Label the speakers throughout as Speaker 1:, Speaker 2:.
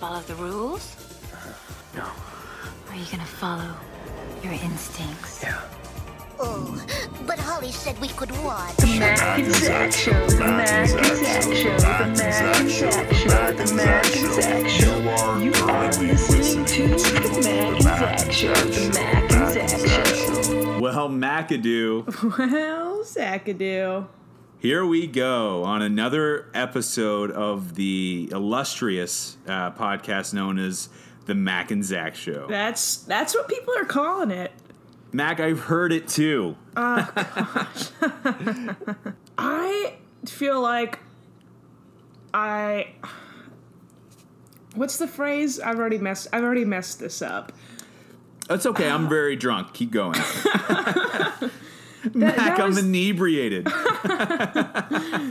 Speaker 1: follow the rules?
Speaker 2: No.
Speaker 1: Or are you gonna follow your instincts?
Speaker 2: Yeah.
Speaker 3: Oh, but Holly said we could watch.
Speaker 4: Mac and Zach Show, the Mac and Zach Show, the Mac and Zach Show, the Mac and Zach Show. You are listening to the Mac and Zach Show, the Mac and Zach Show.
Speaker 5: Well, Macadoo,
Speaker 6: Well, Sackadoo.
Speaker 5: here we go on another episode of the illustrious uh, podcast known as the Mac and Zach Show.
Speaker 6: That's that's what people are calling it.
Speaker 5: Mac, I've heard it too.
Speaker 6: I feel like I What's the phrase? I've already messed I've already messed this up.
Speaker 5: That's okay. I'm very drunk. Keep going. Mac,
Speaker 6: that
Speaker 5: I'm
Speaker 6: was-
Speaker 5: inebriated.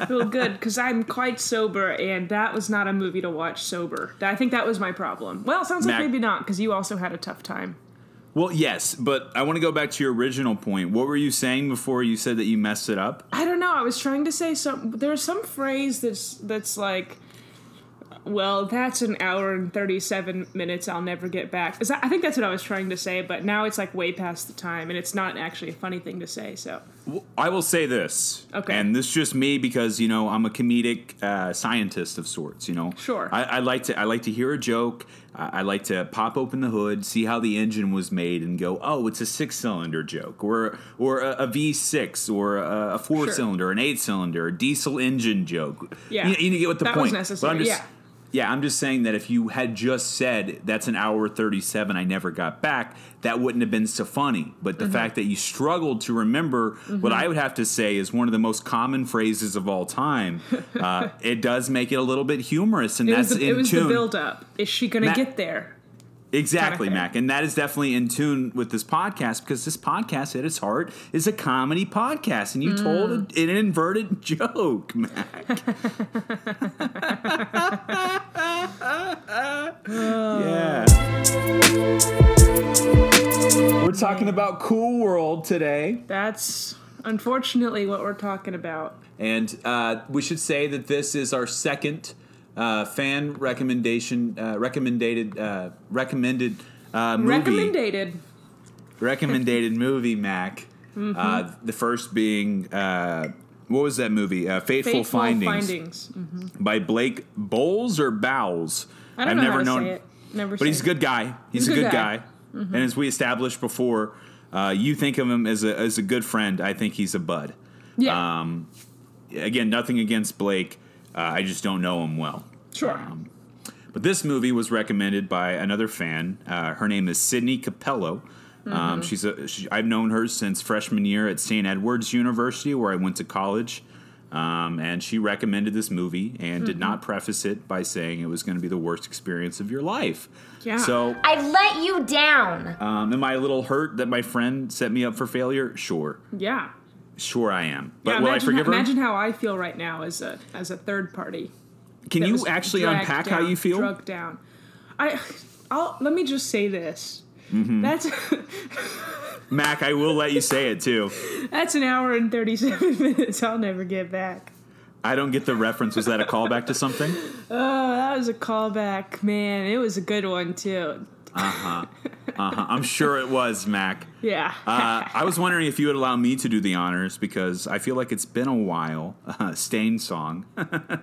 Speaker 6: Well, good cuz I'm quite sober and that was not a movie to watch sober. I think that was my problem. Well, sounds like
Speaker 5: Mac-
Speaker 6: maybe not cuz you also had a tough time.
Speaker 5: well, yes, but I want to go back to your original point. What were you saying before you said that you messed it up?
Speaker 6: I don't know. I was trying to say some. There's some phrase that's that's like, well, that's an hour and thirty-seven minutes. I'll never get back. Is that, I think that's what I was trying to say, but now it's like way past the time, and it's not actually a funny thing to say. So
Speaker 5: I will say this.
Speaker 6: Okay.
Speaker 5: And this is just me because you know I'm a comedic uh, scientist of sorts. You know.
Speaker 6: Sure.
Speaker 5: I, I like to I like to hear a joke. I, I like to pop open the hood, see how the engine was made, and go, oh, it's a six cylinder joke, or or a a V6, or a, a four cylinder, an eight cylinder, a diesel engine joke.
Speaker 6: Yeah.
Speaker 5: You, you get what the
Speaker 6: That was
Speaker 5: point.
Speaker 6: necessary,
Speaker 5: I'm just,
Speaker 6: yeah.
Speaker 5: yeah, I'm just saying that if you had just said that's an hour 37 I never got back, that wouldn't have been so funny. But the
Speaker 6: Mm-hmm.
Speaker 5: fact that you struggled to remember what I would have to say is one of the most common phrases of all time, uh, it does make it a little bit humorous, and
Speaker 6: it
Speaker 5: that's
Speaker 6: was the,
Speaker 5: in
Speaker 6: it was
Speaker 5: tune.
Speaker 6: the build-up. Is she gonna
Speaker 5: Ma-
Speaker 6: get there?
Speaker 5: Exactly,
Speaker 6: thing.
Speaker 5: Mac. And that is definitely in tune with this podcast because this podcast, at its heart, is a comedy podcast. And you told
Speaker 6: Mm.
Speaker 5: a, an inverted joke, Mac. yeah. We're talking about Cool World today.
Speaker 6: That's unfortunately what we're talking about.
Speaker 5: And uh, we should say that this is our second uh, fan recommendation, uh, recommended, uh, recommended uh, movie.
Speaker 6: Recommended.
Speaker 5: recommended movie, Mac.
Speaker 6: Mm-hmm.
Speaker 5: Uh, the first being uh, what was that movie? Uh, Fateful,
Speaker 6: Faithful
Speaker 5: Findings,
Speaker 6: findings.
Speaker 5: by Blake Bowles or Bowles.
Speaker 6: I
Speaker 5: have
Speaker 6: don't know
Speaker 5: never
Speaker 6: how to
Speaker 5: known,
Speaker 6: say it. Never.
Speaker 5: but he's a good guy. He's, a good, guy,
Speaker 6: Mm-hmm.
Speaker 5: and as we established before, uh, you think of him as a as a good friend. I think he's a bud.
Speaker 6: Yeah.
Speaker 5: Um, again, nothing against Blake. Uh, I just don't know him well.
Speaker 6: sure.
Speaker 5: Um, but this movie was recommended by another fan. Uh, her name is Sydney Capello.
Speaker 6: Mm-hmm.
Speaker 5: Um, she's a, she, I've known her since freshman year at St. Edward's University, where I went to college. Um, and she recommended this movie and
Speaker 6: Mm-hmm.
Speaker 5: did not preface it by saying it was going to be the worst experience of your life.
Speaker 6: Yeah.
Speaker 5: So,
Speaker 7: I let you down.
Speaker 5: um, am I a little hurt that my friend set me up for failure? Sure.
Speaker 6: yeah.
Speaker 5: Sure, I am. But
Speaker 6: yeah,
Speaker 5: will I
Speaker 6: imagine,
Speaker 5: forgive
Speaker 6: how,
Speaker 5: her?
Speaker 6: imagine how I feel right now as a as a third party.
Speaker 5: Can
Speaker 6: that
Speaker 5: you
Speaker 6: was
Speaker 5: actually
Speaker 6: dragged
Speaker 5: unpack
Speaker 6: down,
Speaker 5: how you feel?
Speaker 6: Drugged down. I, I'll let me just say this.
Speaker 5: Mm-hmm.
Speaker 6: That's
Speaker 5: Mac, I will let you say it too.
Speaker 6: that's an hour and thirty-seven minutes. I'll never get back.
Speaker 5: I don't get the reference. Was that a callback to something?
Speaker 6: Oh, that was a callback, man. It was a good one too.
Speaker 5: Uh-huh. I'm sure it was, Mac.
Speaker 6: Yeah.
Speaker 5: Uh, I was wondering if you would allow me to do the honors because I feel like it's been a while, uh, Stain song, uh,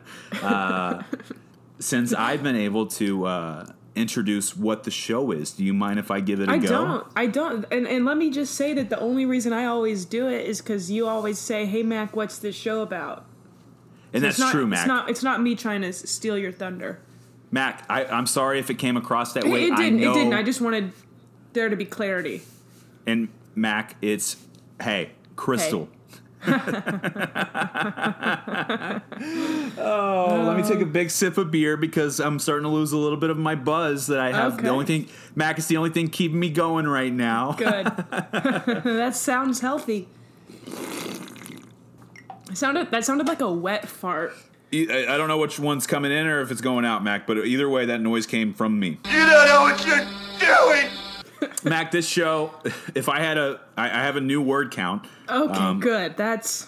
Speaker 5: since I've been able to uh, introduce what the show is. Do you mind if I give it a
Speaker 6: I
Speaker 5: go?
Speaker 6: don't. I don't. And, and let me just say that the only reason I always do it is because you always say, "Hey, Mac, what's this show about?"
Speaker 5: And
Speaker 6: So
Speaker 5: that's
Speaker 6: it's not,
Speaker 5: true, Mac.
Speaker 6: It's not. It's not me trying to s- steal your thunder.
Speaker 5: Mac, I, I'm sorry if it came across that
Speaker 6: It-
Speaker 5: way.
Speaker 6: it didn't.
Speaker 5: I know.
Speaker 6: It didn't. I just wanted there to be clarity.
Speaker 5: and Mac, it's hey, Crystal. oh, let me take a big sip of beer because I'm starting to lose a little bit of my buzz that I have.
Speaker 6: Okay.
Speaker 5: The only thing, Mac, is the only thing keeping me going right now.
Speaker 6: Good. that sounds healthy. It sounded that sounded like a wet fart.
Speaker 5: E- I I don't know which one's coming in or if it's going out, Mac, but either way, that noise came from me.
Speaker 4: You don't know what you're doing.
Speaker 5: Mac, this show, if I had a, I, I have a new word count.
Speaker 6: Okay,
Speaker 5: Um,
Speaker 6: good. That's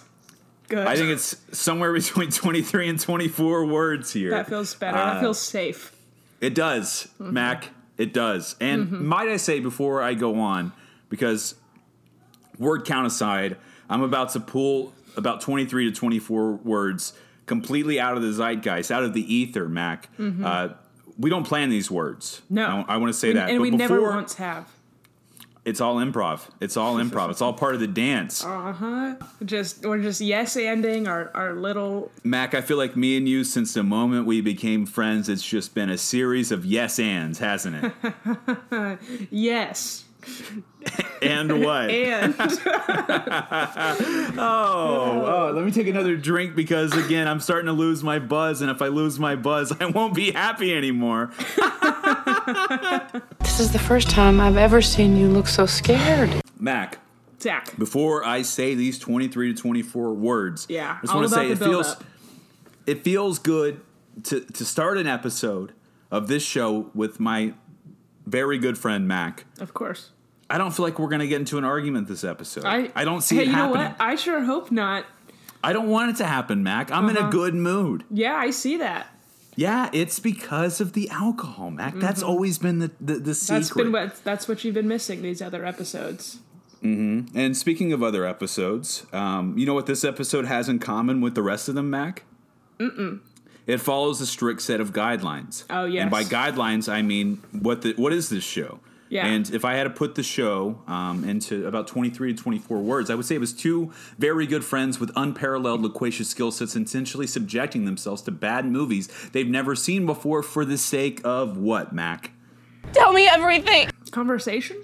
Speaker 6: good.
Speaker 5: I think it's somewhere between 23 and 24 words here. Uh,
Speaker 6: that feels better. that feels safe.
Speaker 5: It does,
Speaker 6: Mm-hmm.
Speaker 5: Mac. It does. And might I say before I go on, because word count aside, I'm about to pull about 23 to 24 words completely out of the zeitgeist, out of the ether, Mac. Uh, we don't plan these words.
Speaker 6: Mm-hmm. No.
Speaker 5: I, want to say
Speaker 6: And-
Speaker 5: that.
Speaker 6: And
Speaker 5: but
Speaker 6: we
Speaker 5: before,
Speaker 6: never once have.
Speaker 5: It's all improv. It's all improv. it's all part of the dance.
Speaker 6: Uh huh. Just we're just yes ending our our little
Speaker 5: Mac, I feel like me and you, since the moment we became friends, it's just been a series of yes ands, hasn't it?
Speaker 6: yes
Speaker 5: and what?
Speaker 6: and
Speaker 5: Oh, oh, let me take another drink because again, I'm starting to lose my buzz, and if I lose my buzz, I won't be happy anymore.
Speaker 2: This is the first time I've ever seen you look so scared.
Speaker 5: Mac,
Speaker 6: Zach.
Speaker 5: before I say these 23 to 24 words,
Speaker 6: Yeah,
Speaker 5: I just
Speaker 6: all
Speaker 5: want to
Speaker 6: about
Speaker 5: say
Speaker 6: the
Speaker 5: it feels
Speaker 6: buildup.
Speaker 5: it feels good to to start an episode of this show with my very good friend Mac.
Speaker 6: Of course.
Speaker 5: I don't feel like we're going to get into an argument this episode. I,
Speaker 6: I
Speaker 5: don't see
Speaker 6: hey,
Speaker 5: it
Speaker 6: you
Speaker 5: happening.
Speaker 6: know what? I sure hope not.
Speaker 5: I don't want it to happen, Mac. I'm
Speaker 6: Uh-huh.
Speaker 5: in a good mood.
Speaker 6: Yeah, I see that.
Speaker 5: Yeah, it's because of the alcohol, Mac. That's always been the the, the secret.
Speaker 6: Mm-hmm. That's been what that's what you've been missing these other episodes.
Speaker 5: and speaking of other episodes, um, you know what this episode has in common with the rest of them, Mac? Mm-mm. It follows a strict set of guidelines.
Speaker 6: Oh,
Speaker 5: And
Speaker 6: yes.
Speaker 5: by guidelines, I mean what the what is this show?
Speaker 6: Yeah.
Speaker 5: And if I had to put the show um, into about 23 to 24 words, I would say it was two very good friends with unparalleled loquacious skill sets intentionally subjecting themselves to bad movies they've never seen before for the sake of what, Mac?
Speaker 8: Tell me everything.
Speaker 6: Conversation?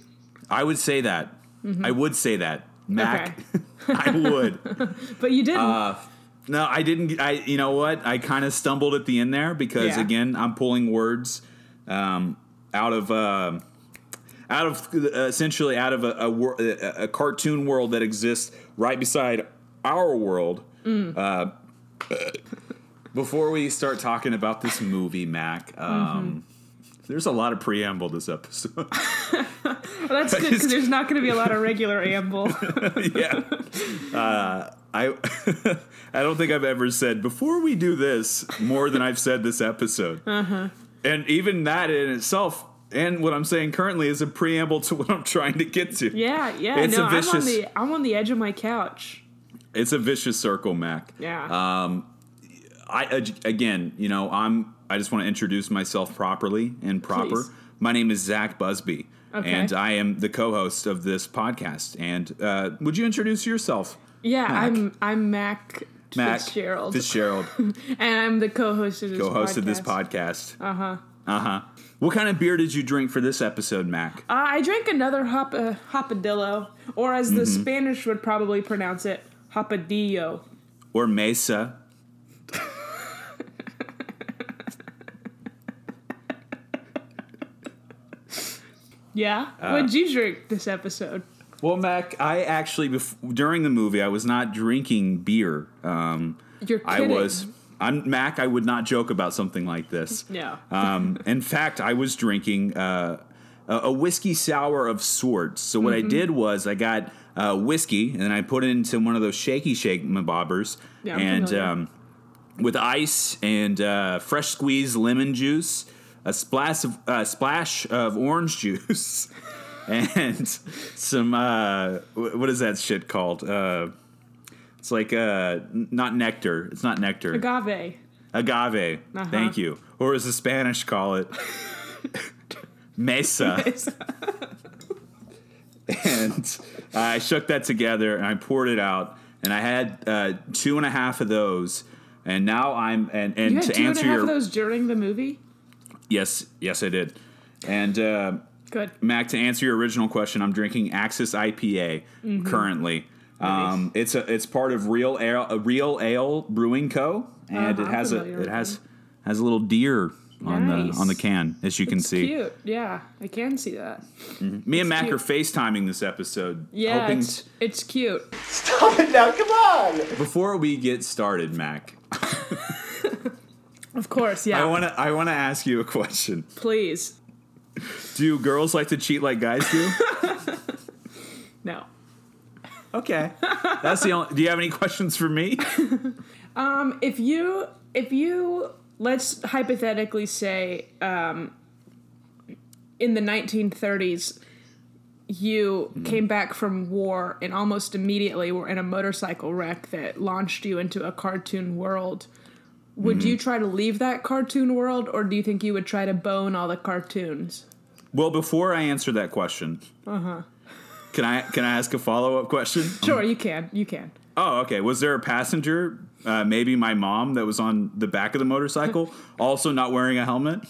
Speaker 5: I would say that. I would say that. Mac,
Speaker 6: Mm-hmm. Okay.
Speaker 5: I would.
Speaker 6: But you didn't.
Speaker 5: No, I didn't. I you know what? I kind of stumbled at the end there because
Speaker 6: Yeah.
Speaker 5: again, I'm pulling words um, out of uh, out of uh, essentially out of a, a, wor- a a cartoon world that exists right beside our world. Uh, before we start talking about this movie, Mac. Um, There's a lot of preamble this episode.
Speaker 6: well, that's good because there's not going to be a lot of regular amble.
Speaker 5: yeah. Uh, I I don't think I've ever said before we do this more than I've said this episode.
Speaker 6: Uh-huh.
Speaker 5: And even that in itself and what I'm saying currently is a preamble to what I'm trying to get to.
Speaker 6: Yeah, yeah.
Speaker 5: It's
Speaker 6: no,
Speaker 5: a
Speaker 6: I'm on
Speaker 5: vicious-
Speaker 6: the I'm on the edge of my couch.
Speaker 5: It's a vicious circle, Mac. Uh,
Speaker 6: Yeah.
Speaker 5: I ag- again, you know, I'm I just want to introduce myself properly and proper.
Speaker 6: Please.
Speaker 5: My name is Zach Busby.
Speaker 6: Okay.
Speaker 5: And I am the co-host of this podcast. And uh, would you introduce yourself,
Speaker 6: yeah,
Speaker 5: Mac.
Speaker 6: I'm I'm Mac,
Speaker 5: Mac
Speaker 6: Fitzgerald,
Speaker 5: Fitzgerald.
Speaker 6: and I'm the co-host of this
Speaker 5: co-host
Speaker 6: podcast.
Speaker 5: of this
Speaker 6: Uh,
Speaker 5: podcast. Uh huh. Uh huh. What kind of beer did you drink for this episode, Mac?
Speaker 6: Uh, I drank another hop uh, hopadillo, or as the
Speaker 5: Mm-hmm.
Speaker 6: Spanish would probably pronounce it, hopadillo.
Speaker 5: or Mesa?
Speaker 6: Yeah.
Speaker 5: Uh,
Speaker 6: What'd you drink this episode?
Speaker 5: Well, Mac, I actually bef- during the movie I was not drinking beer. Um,
Speaker 6: You're
Speaker 5: I
Speaker 6: kidding.
Speaker 5: was. I'm Mac. I would not joke about something like this.
Speaker 6: No.
Speaker 5: um, in fact, I was drinking uh, a a whiskey sour of sorts. So what
Speaker 6: Mm-hmm.
Speaker 5: I did was I got uh, whiskey and I put it into one of those shaky shake mabobbers
Speaker 6: Yeah, I'm
Speaker 5: and
Speaker 6: familiar.
Speaker 5: um, with ice and uh, fresh squeezed lemon juice, a splash of uh, splash of orange juice, and some uh, wh- what is that shit called? Uh, it's like uh, n- not nectar. It's not nectar
Speaker 6: Agave.
Speaker 5: agave.
Speaker 6: Uh-huh.
Speaker 5: Thank you. Or as the Spanish call it, mesa. and I shook that together and I poured it out. And I had uh, two and a half of those. And now I'm and and
Speaker 6: You had
Speaker 5: to
Speaker 6: two and
Speaker 5: answer
Speaker 6: a half
Speaker 5: your
Speaker 6: of those during the movie.
Speaker 5: yes yes I did. And uh,
Speaker 6: Good.
Speaker 5: Mac, to answer your original question, I'm drinking Axis IPA
Speaker 6: Mm-hmm.
Speaker 5: currently. Um, it's a it's part of Real Ale, a Real Ale Brewing Co. And
Speaker 6: Uh-huh,
Speaker 5: it has a
Speaker 6: familiar
Speaker 5: it
Speaker 6: with
Speaker 5: has has a little deer on
Speaker 6: Nice.
Speaker 5: the on the can as you can see.
Speaker 6: Cute. Yeah, I can see that.
Speaker 5: Me and Mac
Speaker 6: cute.
Speaker 5: are FaceTiming this episode.
Speaker 6: Yeah,
Speaker 5: hoping
Speaker 6: it's, it's cute.
Speaker 5: t- before we get started, Mac,
Speaker 6: Of course. Yeah.
Speaker 5: I wanna I wanna ask you a question.
Speaker 6: Please.
Speaker 5: Do girls like to cheat like guys do?
Speaker 6: No.
Speaker 5: okay, that's the only. Do you have any questions for me?
Speaker 6: If you if you let's hypothetically say um, in the 1930s you came back from war and almost immediately were in a motorcycle wreck that launched you into a cartoon world would you try to leave that cartoon world or do you think you would try to bone all the cartoons
Speaker 5: Well, before I answer that question, uh-huh. can I can I ask a follow up question?
Speaker 6: sure you can you can
Speaker 5: Oh, okay. Was there a passenger, uh, maybe my mom, that was on the back of the motorcycle, also not wearing a helmet?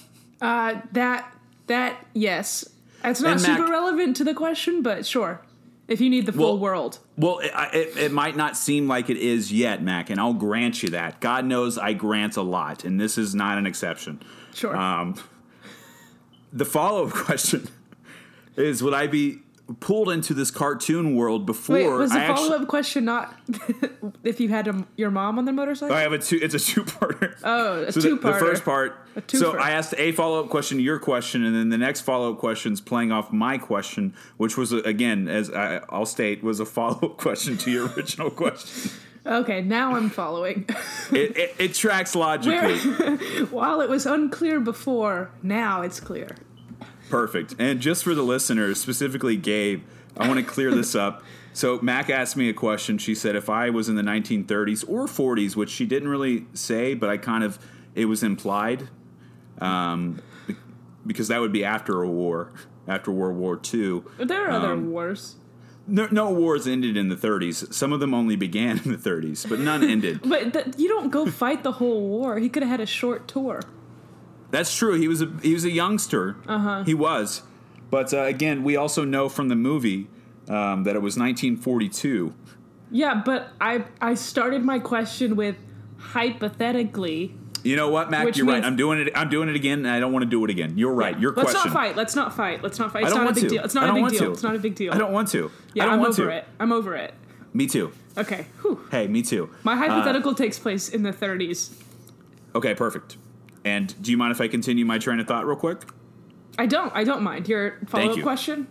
Speaker 6: uh, that that yes it's not
Speaker 5: And Mac-
Speaker 6: super relevant to the question but sure if you need the full
Speaker 5: Well-
Speaker 6: world
Speaker 5: Well, it, I- it, it might not seem like it is yet, Mac, and I'll grant you that. God knows I grant a lot, and this is not an exception.
Speaker 6: sure
Speaker 5: Um, the follow up question is Would I be pulled into this cartoon world before
Speaker 6: Wait, was the
Speaker 5: I
Speaker 6: follow
Speaker 5: actually.
Speaker 6: up question not if you had a, your mom on the motorcycle?
Speaker 5: I have a two. It's a two-parter.
Speaker 6: Oh, a
Speaker 5: so the, the
Speaker 6: two-parter.
Speaker 5: first part.
Speaker 6: A
Speaker 5: So
Speaker 6: twofer.
Speaker 5: I asked a follow-up question to your question, and then the next follow-up question is playing off my question, which was again, as I, I'll state, was a follow-up question to your original question.
Speaker 6: Okay, now I'm following.
Speaker 5: It, it, it tracks logically.
Speaker 6: While it was unclear before, now it's clear.
Speaker 5: Perfect. And just for the listeners, specifically Gabe, I want to clear this up. So Mac asked me a question. She said if I was in the 1930s or 40s, which she didn't really say, but I kind of it was implied, um, be- because that would be after a war, after World War II.
Speaker 6: But there are other
Speaker 5: Um,
Speaker 6: wars.
Speaker 5: No, no wars ended in the 30s. Some of them only began in the 30s, but none ended.
Speaker 6: But th- you don't go fight the whole war. He could have had a short tour.
Speaker 5: That's true. He was a he was a youngster. He was, but uh, again, we also know from the movie um, that it was 1942.
Speaker 6: Yeah, but I I started my question with hypothetically.
Speaker 5: You know what, Mac?
Speaker 6: Which
Speaker 5: you're right.
Speaker 6: means-
Speaker 5: I'm doing it. I'm doing it again, and I don't want to do it again. You're right. Your
Speaker 6: Let's
Speaker 5: question.
Speaker 6: not fight. Let's not fight. Let's not fight.
Speaker 5: I
Speaker 6: It's
Speaker 5: don't
Speaker 6: not a
Speaker 5: want
Speaker 6: big
Speaker 5: to.
Speaker 6: deal. It's
Speaker 5: I
Speaker 6: not a
Speaker 5: don't
Speaker 6: big
Speaker 5: want
Speaker 6: deal.
Speaker 5: to.
Speaker 6: It's not a big deal.
Speaker 5: I don't want to.
Speaker 6: Yeah,
Speaker 5: I don't
Speaker 6: am
Speaker 5: want
Speaker 6: over
Speaker 5: to.
Speaker 6: it. I'm over it.
Speaker 5: Me too.
Speaker 6: Okay. Whew.
Speaker 5: Hey, me too.
Speaker 6: My
Speaker 5: Uh,
Speaker 6: hypothetical takes place in the 30s.
Speaker 5: okay, perfect. And do you mind if I continue my train of thought real quick?
Speaker 6: I don't. I don't mind. Your follow up
Speaker 5: you.
Speaker 6: question?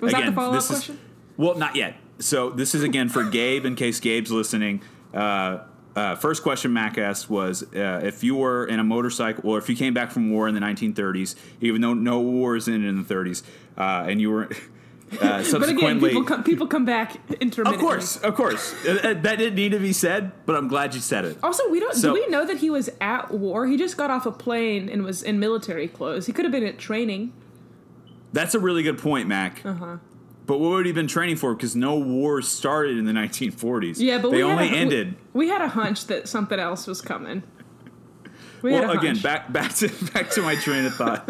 Speaker 6: Was that the follow up
Speaker 5: this
Speaker 6: question?
Speaker 5: Is, well, not yet. So this is again for Gabe, in case Gabe's listening. Uh, uh, first question Mac asked was uh, if you were in a motorcycle, or if you came back from war in the 1930s, even though no wars ended in the 30s, uh, and you were uh,
Speaker 6: but again,
Speaker 5: subsequently.
Speaker 6: people come, people come back intermittently.
Speaker 5: of course, of course, Uh, uh, that didn't need to be said, but I'm glad you said it.
Speaker 6: Also, we don't.
Speaker 5: So-
Speaker 6: do we know that he was at war? He just got off a plane and was in military clothes. He could have been at training.
Speaker 5: That's a really good point, Mac. Uh-huh. But what would he been training for? Because no wars started in the 1940s.
Speaker 6: Yeah, but
Speaker 5: they
Speaker 6: we
Speaker 5: only
Speaker 6: had a, we-
Speaker 5: ended.
Speaker 6: We, had a hunch that something else was coming. We had
Speaker 5: well,
Speaker 6: a
Speaker 5: again,
Speaker 6: hunch.
Speaker 5: back back to back to my train of thought.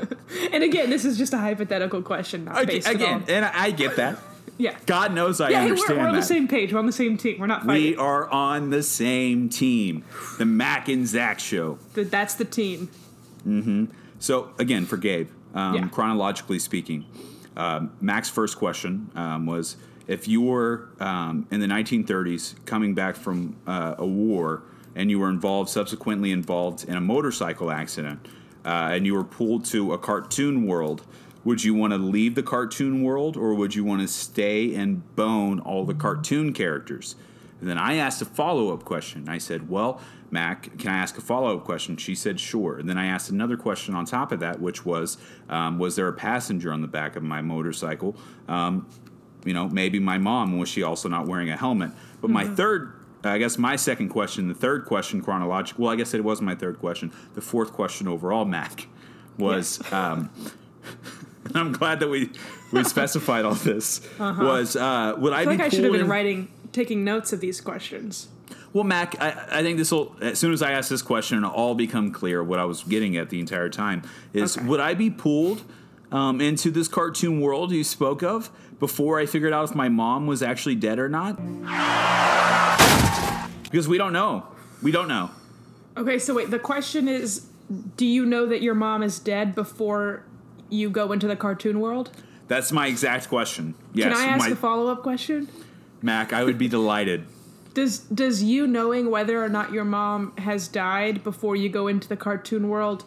Speaker 6: and again, this is just a hypothetical question, not
Speaker 5: Ag-
Speaker 6: based at
Speaker 5: again,
Speaker 6: all.
Speaker 5: and I I get that.
Speaker 6: Yeah.
Speaker 5: God knows I
Speaker 6: yeah, hey, we're,
Speaker 5: understand
Speaker 6: we're on
Speaker 5: that.
Speaker 6: the same page. We're on the same team. We're not
Speaker 5: we
Speaker 6: fighting.
Speaker 5: are on the same team, the Mac and Zach show.
Speaker 6: Th- That's the team.
Speaker 5: So again, for Gabe, um,
Speaker 6: Yeah.
Speaker 5: chronologically speaking, um, Mac's first question um, was if you were um, in the 1930s coming back from uh, a war and you were involved subsequently involved in a motorcycle accident uh, and you were pulled to a cartoon world. Would you want to leave the cartoon world or would you want to stay and bone all the cartoon characters? And then I asked a follow up question. I said, Well, Mac, can I ask a follow up question? She said, Sure. And then I asked another question on top of that, which was um, Was there a passenger on the back of my motorcycle? Um, you know, maybe my mom, was she also not wearing a helmet? But my
Speaker 6: Mm-hmm.
Speaker 5: third, I guess my second question, the third question chronological, well, I guess it was my third question, the fourth question overall, Mac, was. Um, and I'm glad that we we specified all this. Was uh, would I,
Speaker 6: Uh-huh. I feel
Speaker 5: be
Speaker 6: like I should have
Speaker 5: pulled
Speaker 6: been
Speaker 5: in-
Speaker 6: writing, taking notes of these questions.
Speaker 5: Well, Mac, I, I think this will, as soon as I ask this question, it'll all become clear what I was getting at the entire time is
Speaker 6: Okay.
Speaker 5: would I be pulled um, into this cartoon world you spoke of before I figured out if my mom was actually dead or not? Because we don't know. We don't know.
Speaker 6: Okay, so wait, the question is do you know that your mom is dead before you go into the cartoon world?
Speaker 5: That's my exact question.
Speaker 6: Can
Speaker 5: Yes,
Speaker 6: I ask
Speaker 5: my,
Speaker 6: a follow up question?
Speaker 5: Mac, I would be delighted.
Speaker 6: Does does you knowing whether or not your mom has died before you go into the cartoon world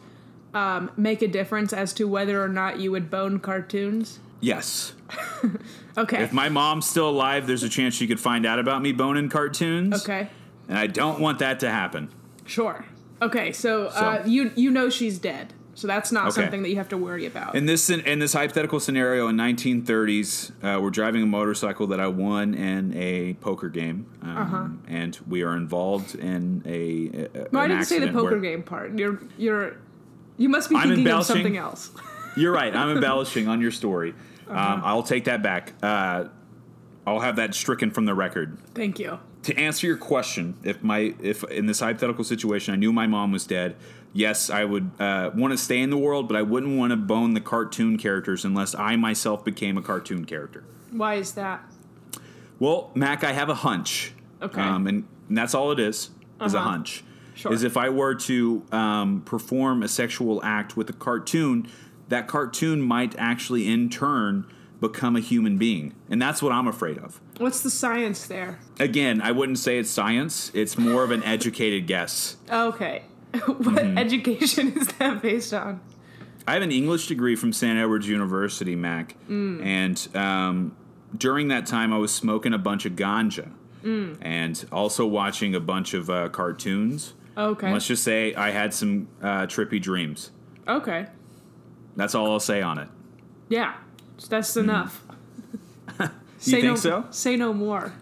Speaker 6: um, make a difference as to whether or not you would bone cartoons?
Speaker 5: Yes.
Speaker 6: Okay.
Speaker 5: If my mom's still alive, there's a chance she could find out about me boning cartoons.
Speaker 6: okay.
Speaker 5: And I don't want that to happen.
Speaker 6: Sure. Okay, so, uh,
Speaker 5: So-
Speaker 6: you you know she's dead, so that's not
Speaker 5: Okay.
Speaker 6: something that you have to worry about.
Speaker 5: In this in this hypothetical scenario in 1930s, uh, we're driving a motorcycle that I won in a poker game, um, and we are involved in a. a
Speaker 6: Uh-huh. no, I
Speaker 5: an
Speaker 6: didn't say the
Speaker 5: accident
Speaker 6: poker
Speaker 5: where-
Speaker 6: game part. You're you're you must be
Speaker 5: I'm
Speaker 6: thinking of
Speaker 5: embellishing.
Speaker 6: something else.
Speaker 5: You're right. I'm embellishing on your story.
Speaker 6: Uh-huh.
Speaker 5: Um, I'll take that back. Uh, I'll have that stricken from the record.
Speaker 6: Thank you.
Speaker 5: to answer your question, if my if in this hypothetical situation I knew my mom was dead, yes, I would uh, want to stay in the world, but I wouldn't want to bone the cartoon characters unless I myself became a cartoon character.
Speaker 6: Why is that?
Speaker 5: Well, Mac, I have a hunch.
Speaker 6: Okay. Uh-huh.
Speaker 5: Um, and, and that's all it is, is a hunch.
Speaker 6: Sure.
Speaker 5: Is if I were to um, perform a sexual act with a cartoon, that cartoon might actually in turn become a human being. And that's what I'm afraid of.
Speaker 6: What's the science there?
Speaker 5: Again, I wouldn't say it's science, it's more of an educated guess.
Speaker 6: Okay, what
Speaker 5: Mm-hmm.
Speaker 6: education is that based on?
Speaker 5: I have an English degree from St. Edward's University, Mac,
Speaker 6: Mm.
Speaker 5: and um, during that time I was smoking a bunch of ganja
Speaker 6: Mm.
Speaker 5: and also watching a bunch of uh, cartoons.
Speaker 6: Okay.
Speaker 5: Let's just say I had some uh, trippy dreams.
Speaker 6: okay.
Speaker 5: That's all I'll say on it.
Speaker 6: Yeah, that's enough.
Speaker 5: You
Speaker 6: say
Speaker 5: think
Speaker 6: no,
Speaker 5: so?
Speaker 6: Say no more.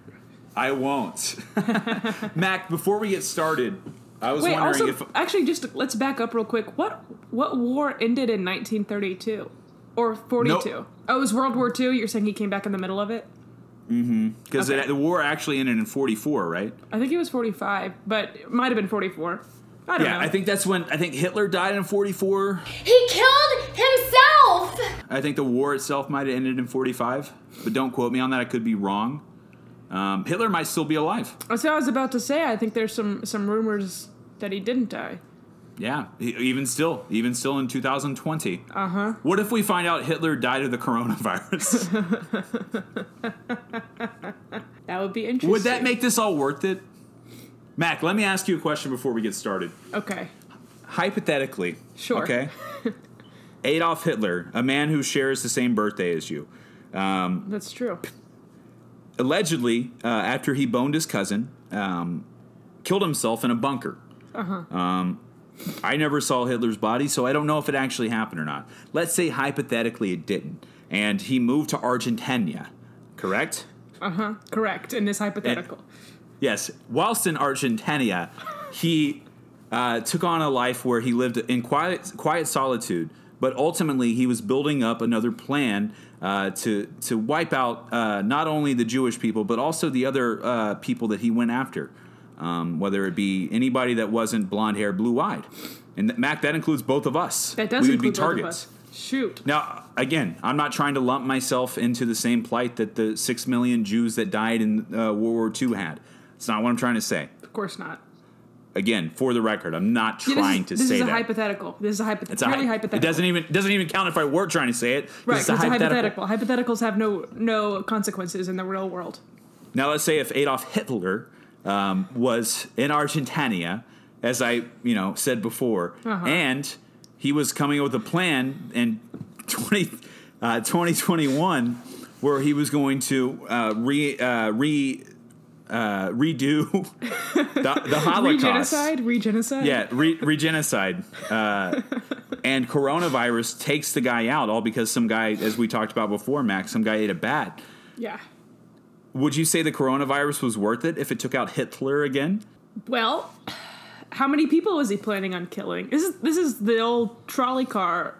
Speaker 5: I won't. Mac, before we get started, I was
Speaker 6: Wait,
Speaker 5: wondering if
Speaker 6: also, actually, just let's back up real quick. What what war ended in 1932 or 42?
Speaker 5: Nope.
Speaker 6: Oh, it was World War II. You're saying he came back in the middle of it?
Speaker 5: because
Speaker 6: okay.
Speaker 5: the war actually ended in '44, right?
Speaker 6: I think he was 45, but it might have been 44. I don't
Speaker 5: Yeah,
Speaker 6: know.
Speaker 5: I think that's when I think Hitler died in '44.
Speaker 7: He killed himself!
Speaker 5: I think the war itself might have ended in 45, but don't quote me on that. I could be wrong. Um, Hitler might still be alive.
Speaker 6: That's what I was about to say. I think there's some some rumors that he didn't die.
Speaker 5: Yeah, e- even still, even still in 2020. Uh
Speaker 6: Uh-huh.
Speaker 5: huh. What if we find out Hitler died of the coronavirus?
Speaker 6: That would be interesting.
Speaker 5: Would that make this all worth it? Mac, let me ask you a question before we get started.
Speaker 6: Okay.
Speaker 5: Hypothetically,
Speaker 6: Sure.
Speaker 5: Okay, Adolf Hitler, a man who shares the same birthday as you,
Speaker 6: That's true.
Speaker 5: allegedly, uh, after he boned his cousin, um, killed himself in a bunker.
Speaker 6: Uh-huh.
Speaker 5: Um, I never saw Hitler's body, so I don't know if it actually happened or not. Let's say hypothetically it didn't, and he moved to Argentina, correct?
Speaker 6: Correct in this hypothetical.
Speaker 5: Yes. Whilst in Argentina, he uh, took on a life where he lived in quiet, quiet solitude. But ultimately, he was building up another plan uh, to to wipe out uh, not only the Jewish people but also the other uh, people that he went after, um, whether it be anybody that wasn't blonde hair, blue eyed, and th- Mac, that includes both of us.
Speaker 6: that does
Speaker 5: we would
Speaker 6: include
Speaker 5: be
Speaker 6: both of
Speaker 5: targets.
Speaker 6: us. Shoot.
Speaker 5: Now, again, I'm not trying to lump myself into the same plight that the six million Jews that died in uh, World War II had. It's not what I'm trying to say.
Speaker 6: Of course not.
Speaker 5: Again, for the record, I'm not
Speaker 6: Yeah, this
Speaker 5: trying
Speaker 6: is,
Speaker 5: to
Speaker 6: this
Speaker 5: say
Speaker 6: is a
Speaker 5: that.
Speaker 6: hypothetical. This is a, hypo-
Speaker 5: It's a
Speaker 6: purely
Speaker 5: hy-
Speaker 6: hypothetical.
Speaker 5: It doesn't even doesn't even count if I were trying to say it.
Speaker 6: Right,
Speaker 5: This is
Speaker 6: 'cause it's a hypothetical. Hypotheticals have no no consequences in the real world.
Speaker 5: Now, let's say if Adolf Hitler um, was in Argentina, as I you know said before, and he was coming up with a plan in 20, uh, 2021 where he was going to uh, re uh, re uh, redo the, the Holocaust.
Speaker 6: Regenocide? Regenocide?
Speaker 5: Oh, Yeah, re- regenocide. Uh, and coronavirus takes the guy out, all because some guy, as we talked about before, Max, some guy ate a bat.
Speaker 6: Yeah.
Speaker 5: Would you say the coronavirus was worth it if it took out Hitler again?
Speaker 6: Well, how many people was he planning on killing? This is this is the old trolley car.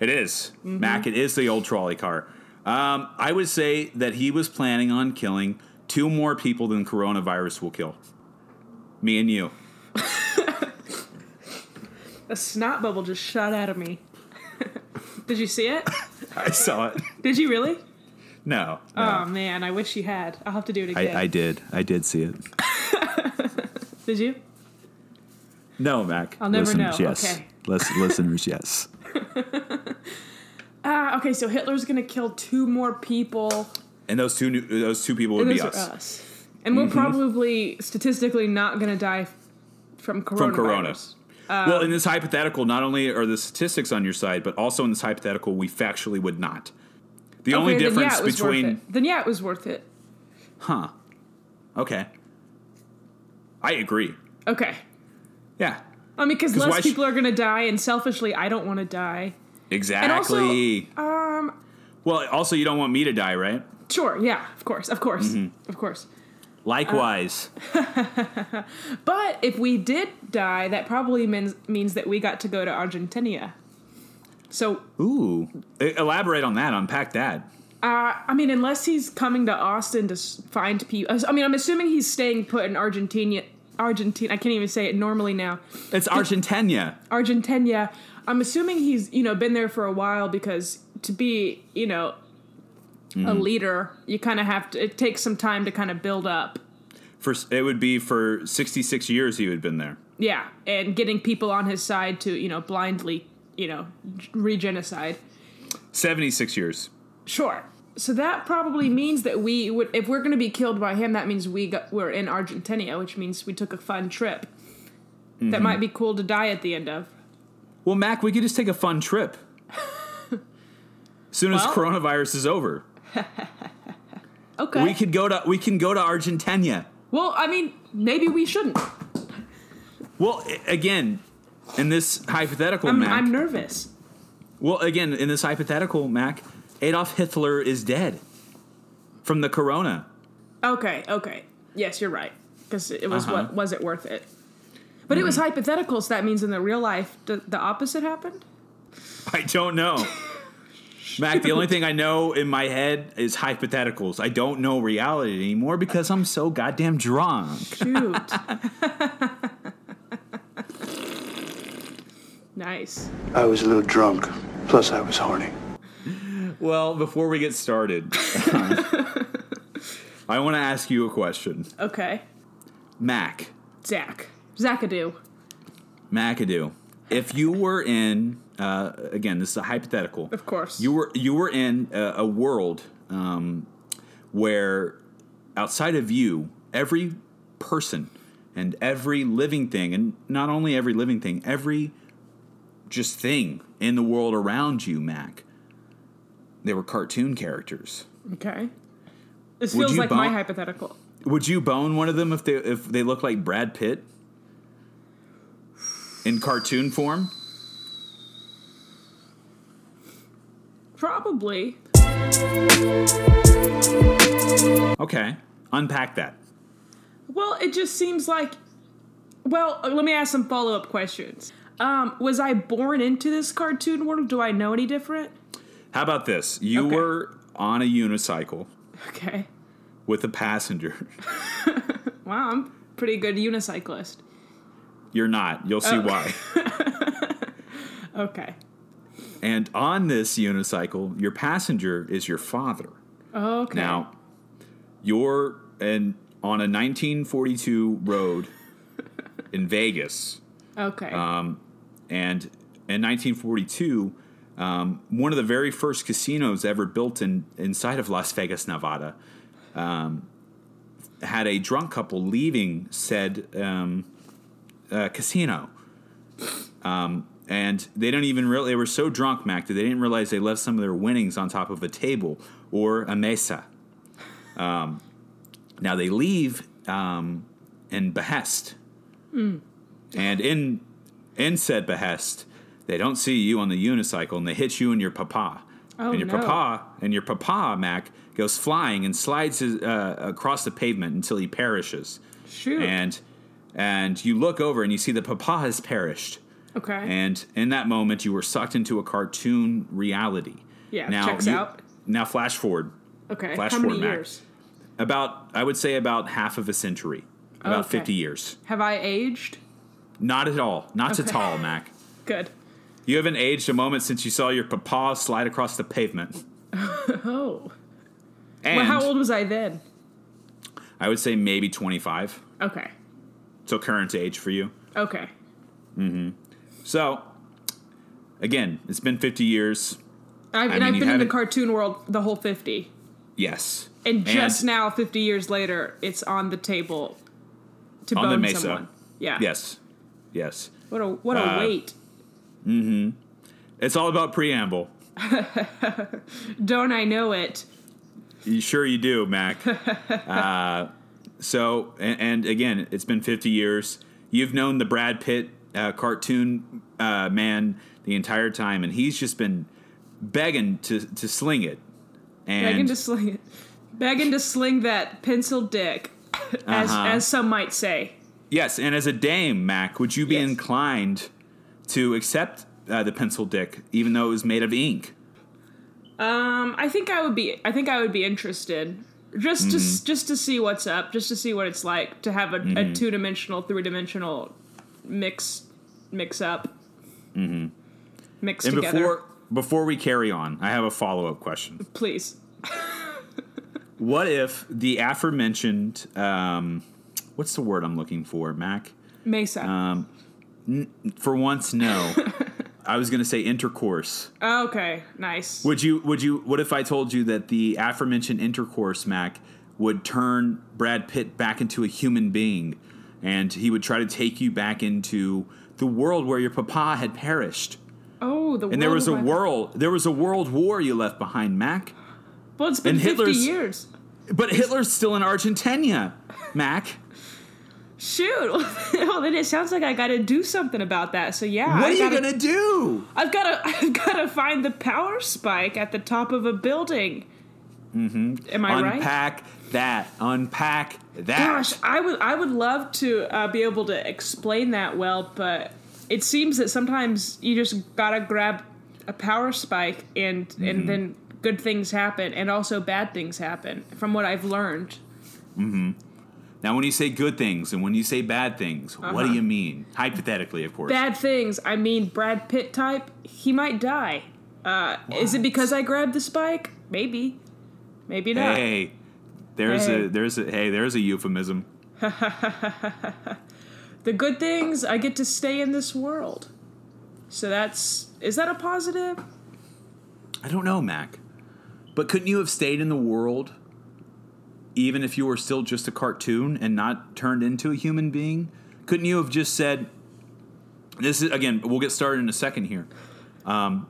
Speaker 5: It is. Mac, it is the old trolley car. Um, I would say that he was planning on killing two more people than coronavirus will kill me and you.
Speaker 6: A snot bubble just shot out of me. Did you see it?
Speaker 5: I saw it.
Speaker 6: Did you really?
Speaker 5: No. no.
Speaker 6: Oh man, I wish you had. I'll have to do it again.
Speaker 5: I, I did. I did see it.
Speaker 6: Did you?
Speaker 5: No, Mac.
Speaker 6: I'll never
Speaker 5: listeners,
Speaker 6: know.
Speaker 5: Yes.
Speaker 6: Okay.
Speaker 5: Lis- listeners, yes.
Speaker 6: Ah, okay. So Hitler's gonna kill two more people.
Speaker 5: And those two, new, those two people would
Speaker 6: Those
Speaker 5: be
Speaker 6: are
Speaker 5: us. Mm-hmm.
Speaker 6: us. And we're probably statistically not gonna die f- from coronavirus.
Speaker 5: from corona.
Speaker 6: um,
Speaker 5: well, in this hypothetical, not only are the statistics on your side, but also in this hypothetical, we factually would not. The only
Speaker 6: Okay,
Speaker 5: difference
Speaker 6: then yeah, it was worth
Speaker 5: between,
Speaker 6: it. then yeah, it was worth it.
Speaker 5: huh? Okay, I agree.
Speaker 6: Okay.
Speaker 5: Yeah,
Speaker 6: I mean, because
Speaker 5: 'Cause why
Speaker 6: less
Speaker 5: sh-
Speaker 6: people are gonna die, and selfishly, I don't want to die. also,
Speaker 5: exactly. um, well, also you don't want me to die, right?
Speaker 6: Sure, yeah, of course, of course,
Speaker 5: Mm-hmm.
Speaker 6: of course.
Speaker 5: Likewise,
Speaker 6: But if we did die, that probably means means that we got to go to Argentina. So,
Speaker 5: ooh, E- elaborate on that. Unpack that.
Speaker 6: uh, I mean, unless he's coming to Austin to s- find people, I mean, I'm assuming he's staying put in Argentina. Argentina, I can't even say it normally now.
Speaker 5: It's Argentina.
Speaker 6: Uh, Argentina. I'm assuming he's you know been there for a while because to be you know
Speaker 5: Mm-hmm.
Speaker 6: a leader, you kind of have to. It takes some time to kind of build up.
Speaker 5: For s- it would be for sixty-six years he would have been there.
Speaker 6: Yeah, and getting people on his side to you know blindly you know g- regenocide.
Speaker 5: Seventy-six years.
Speaker 6: Sure. So that probably means that we would, if we're going to be killed by him, that means we got, we're in Argentina, which means we took a fun trip. That
Speaker 5: Mm-hmm.
Speaker 6: might be cool to die at the end of.
Speaker 5: Well, Mac, we could just take a fun trip. Soon as
Speaker 6: Well-
Speaker 5: coronavirus is over,
Speaker 6: Okay.
Speaker 5: we could go to we can go to Argentina.
Speaker 6: well, I mean, maybe we shouldn't.
Speaker 5: Well, i- again, in this hypothetical,
Speaker 6: I'm,
Speaker 5: Mac.
Speaker 6: I'm nervous.
Speaker 5: well, again, in this hypothetical, Mac, Adolf Hitler is dead from the corona.
Speaker 6: Okay, okay. Yes, you're right. Because it was
Speaker 5: Uh-huh. Hmm.
Speaker 6: what was it worth it? But it was hypothetical, so that means in the real life, the, the opposite happened.
Speaker 5: I don't know. Mac, the only thing I know in my head is hypotheticals. I don't know reality anymore because I'm so goddamn drunk.
Speaker 6: Shoot. nice.
Speaker 9: I was a little drunk, plus I was horny.
Speaker 5: Well, before we get started, I want to ask you a question.
Speaker 6: Okay.
Speaker 5: Mac,
Speaker 6: Zach. Zachadoo.
Speaker 5: McAdoo, if you were in, uh, again, this is a hypothetical.
Speaker 6: Of course.
Speaker 5: You were you were in a, a world um, where outside of you, every person and every living thing, and not only every living thing, every just thing in the world around you, Mac, they were cartoon characters.
Speaker 6: Okay. This
Speaker 5: Would
Speaker 6: feels
Speaker 5: you
Speaker 6: like my
Speaker 5: bump-
Speaker 6: hypothetical.
Speaker 5: Would you bone one of them if they if they look like Brad Pitt in cartoon form?
Speaker 6: Probably.
Speaker 5: Okay, unpack that.
Speaker 6: Well, it just seems like. Well, uh, let me ask some follow up questions. Um, was I born into this cartoon world? Do I know any different?
Speaker 5: How about this? You
Speaker 6: Okay.
Speaker 5: were on a unicycle
Speaker 6: Okay.
Speaker 5: with a passenger.
Speaker 6: Wow, I'm a pretty good unicyclist.
Speaker 5: You're not. You'll see
Speaker 6: Oh.
Speaker 5: why.
Speaker 6: Okay.
Speaker 5: And on this unicycle, your passenger is your father.
Speaker 6: Oh, Okay.
Speaker 5: Now, you're and on a 1942 road in Vegas.
Speaker 6: Okay.
Speaker 5: Uh, And in 1942, um, one of the very first casinos ever built in inside of Las Vegas, Nevada, um, had a drunk couple leaving said um, uh, casino. Um, and they didn't even real they were so drunk, Mac, that they didn't realize they left some of their winnings on top of a table or a mesa. Um, now they leave um, in behest.
Speaker 6: Hmm.
Speaker 5: And in in said behest, they don't see you on the unicycle and they hit you and your papa.
Speaker 6: Oh,
Speaker 5: and your
Speaker 6: no.
Speaker 5: papa and your papa Mac goes flying and slides his, uh, across the pavement until he perishes.
Speaker 6: Shoot.
Speaker 5: And and you look over and you see that papa has perished.
Speaker 6: okay.
Speaker 5: And in that moment, you were sucked into a cartoon reality.
Speaker 6: Yeah, checks out.
Speaker 5: Now, flash forward
Speaker 6: okay.
Speaker 5: flash
Speaker 6: How many
Speaker 5: forward, Mac.
Speaker 6: years?
Speaker 5: about, I would say, about half of a century, about
Speaker 6: Okay.
Speaker 5: 50 years.
Speaker 6: Have I aged?
Speaker 5: Not at all, not
Speaker 6: Okay.
Speaker 5: at all, Mac.
Speaker 6: Good.
Speaker 5: You haven't aged a moment since you saw your papa slide across the pavement.
Speaker 6: Oh.
Speaker 5: And
Speaker 6: Well, how old was I then?
Speaker 5: I would say maybe 25.
Speaker 6: Okay.
Speaker 5: So, current age for you.
Speaker 6: Okay.
Speaker 5: So, again, it's been 50 years.
Speaker 6: I've,
Speaker 5: I
Speaker 6: and
Speaker 5: mean,
Speaker 6: I've
Speaker 5: you
Speaker 6: been in the
Speaker 5: haven't-
Speaker 6: cartoon world the whole 50.
Speaker 5: Yes.
Speaker 6: And just
Speaker 5: And-
Speaker 6: now, 50 years later, it's on the table to
Speaker 5: On the
Speaker 6: bone
Speaker 5: mesa.
Speaker 6: someone. Yeah.
Speaker 5: Yes. Yes.
Speaker 6: What a what a
Speaker 5: Uh,
Speaker 6: weight.
Speaker 5: It's all about preamble.
Speaker 6: Don't I know it?
Speaker 5: You sure you do, Mac. uh, so, and, and again, it's been 50 years. You've known the Brad Pitt uh, cartoon uh, man the entire time, and he's just been begging to to sling it. And
Speaker 6: Begging to sling it. Begging to sling that pencil dick, as,
Speaker 5: Uh-huh.
Speaker 6: as some might say.
Speaker 5: Yes, and as a dame, Mac, would you be
Speaker 6: Yes.
Speaker 5: inclined to accept uh, the pencil dick, even though it was made of ink?
Speaker 6: Um, I think I would be. I think I would be interested. Just
Speaker 5: Mm-hmm.
Speaker 6: to s just to see what's up, just to see what it's like to have a, a two dimensional, three dimensional mix mix up, mm-hmm. mix
Speaker 5: And
Speaker 6: together.
Speaker 5: before before we carry on, I have a follow up question.
Speaker 6: Please,
Speaker 5: What if the aforementioned um, what's the word I'm looking for, Mac?
Speaker 6: Mesa.
Speaker 5: Uh, For once, no. I was going to say intercourse.
Speaker 6: okay, nice.
Speaker 5: Would you? Would you? What if I told you that the aforementioned intercourse, Mac, would turn Brad Pitt back into a human being, and he would try to take you back into the world where your papa had perished,
Speaker 6: oh, the
Speaker 5: and there was a
Speaker 6: wide-
Speaker 5: world, there was a world war you left behind, Mac.
Speaker 6: Well, it's been
Speaker 5: and
Speaker 6: fifty
Speaker 5: Hitler's-
Speaker 6: years.
Speaker 5: But Hitler's still in Argentina, Mac.
Speaker 6: Shoot. well, then it sounds like I got to do something about that. So yeah,
Speaker 5: What
Speaker 6: I
Speaker 5: are you
Speaker 6: gotta-
Speaker 5: gonna do?
Speaker 6: I've got to I've got to find the power spike at the top of a building. Mm-hmm. Am I right?
Speaker 5: Unpack that. Unpack that.
Speaker 6: Gosh, I would I would love to uh, be able to explain that well, but it seems that sometimes you just gotta grab a power spike and and then good things happen and also bad things happen. From what I've learned,
Speaker 5: Now, when you say good things and when you say bad things, what do you mean? Hypothetically, of course.
Speaker 6: Uh-huh. bad things. I mean, Brad Pitt type, he might die. Uh, is it because I grabbed the spike? Maybe, maybe not.
Speaker 5: Hey, there's
Speaker 6: Hey.
Speaker 5: a there's a hey there's a euphemism.
Speaker 6: the good things I get to stay in this world. So that's is that a positive?
Speaker 5: I don't know, Mac, but couldn't you have stayed in the world, even if you were still just a cartoon and not turned into a human being? Couldn't you have just said, "This is again"? We'll get started in a second here. Um,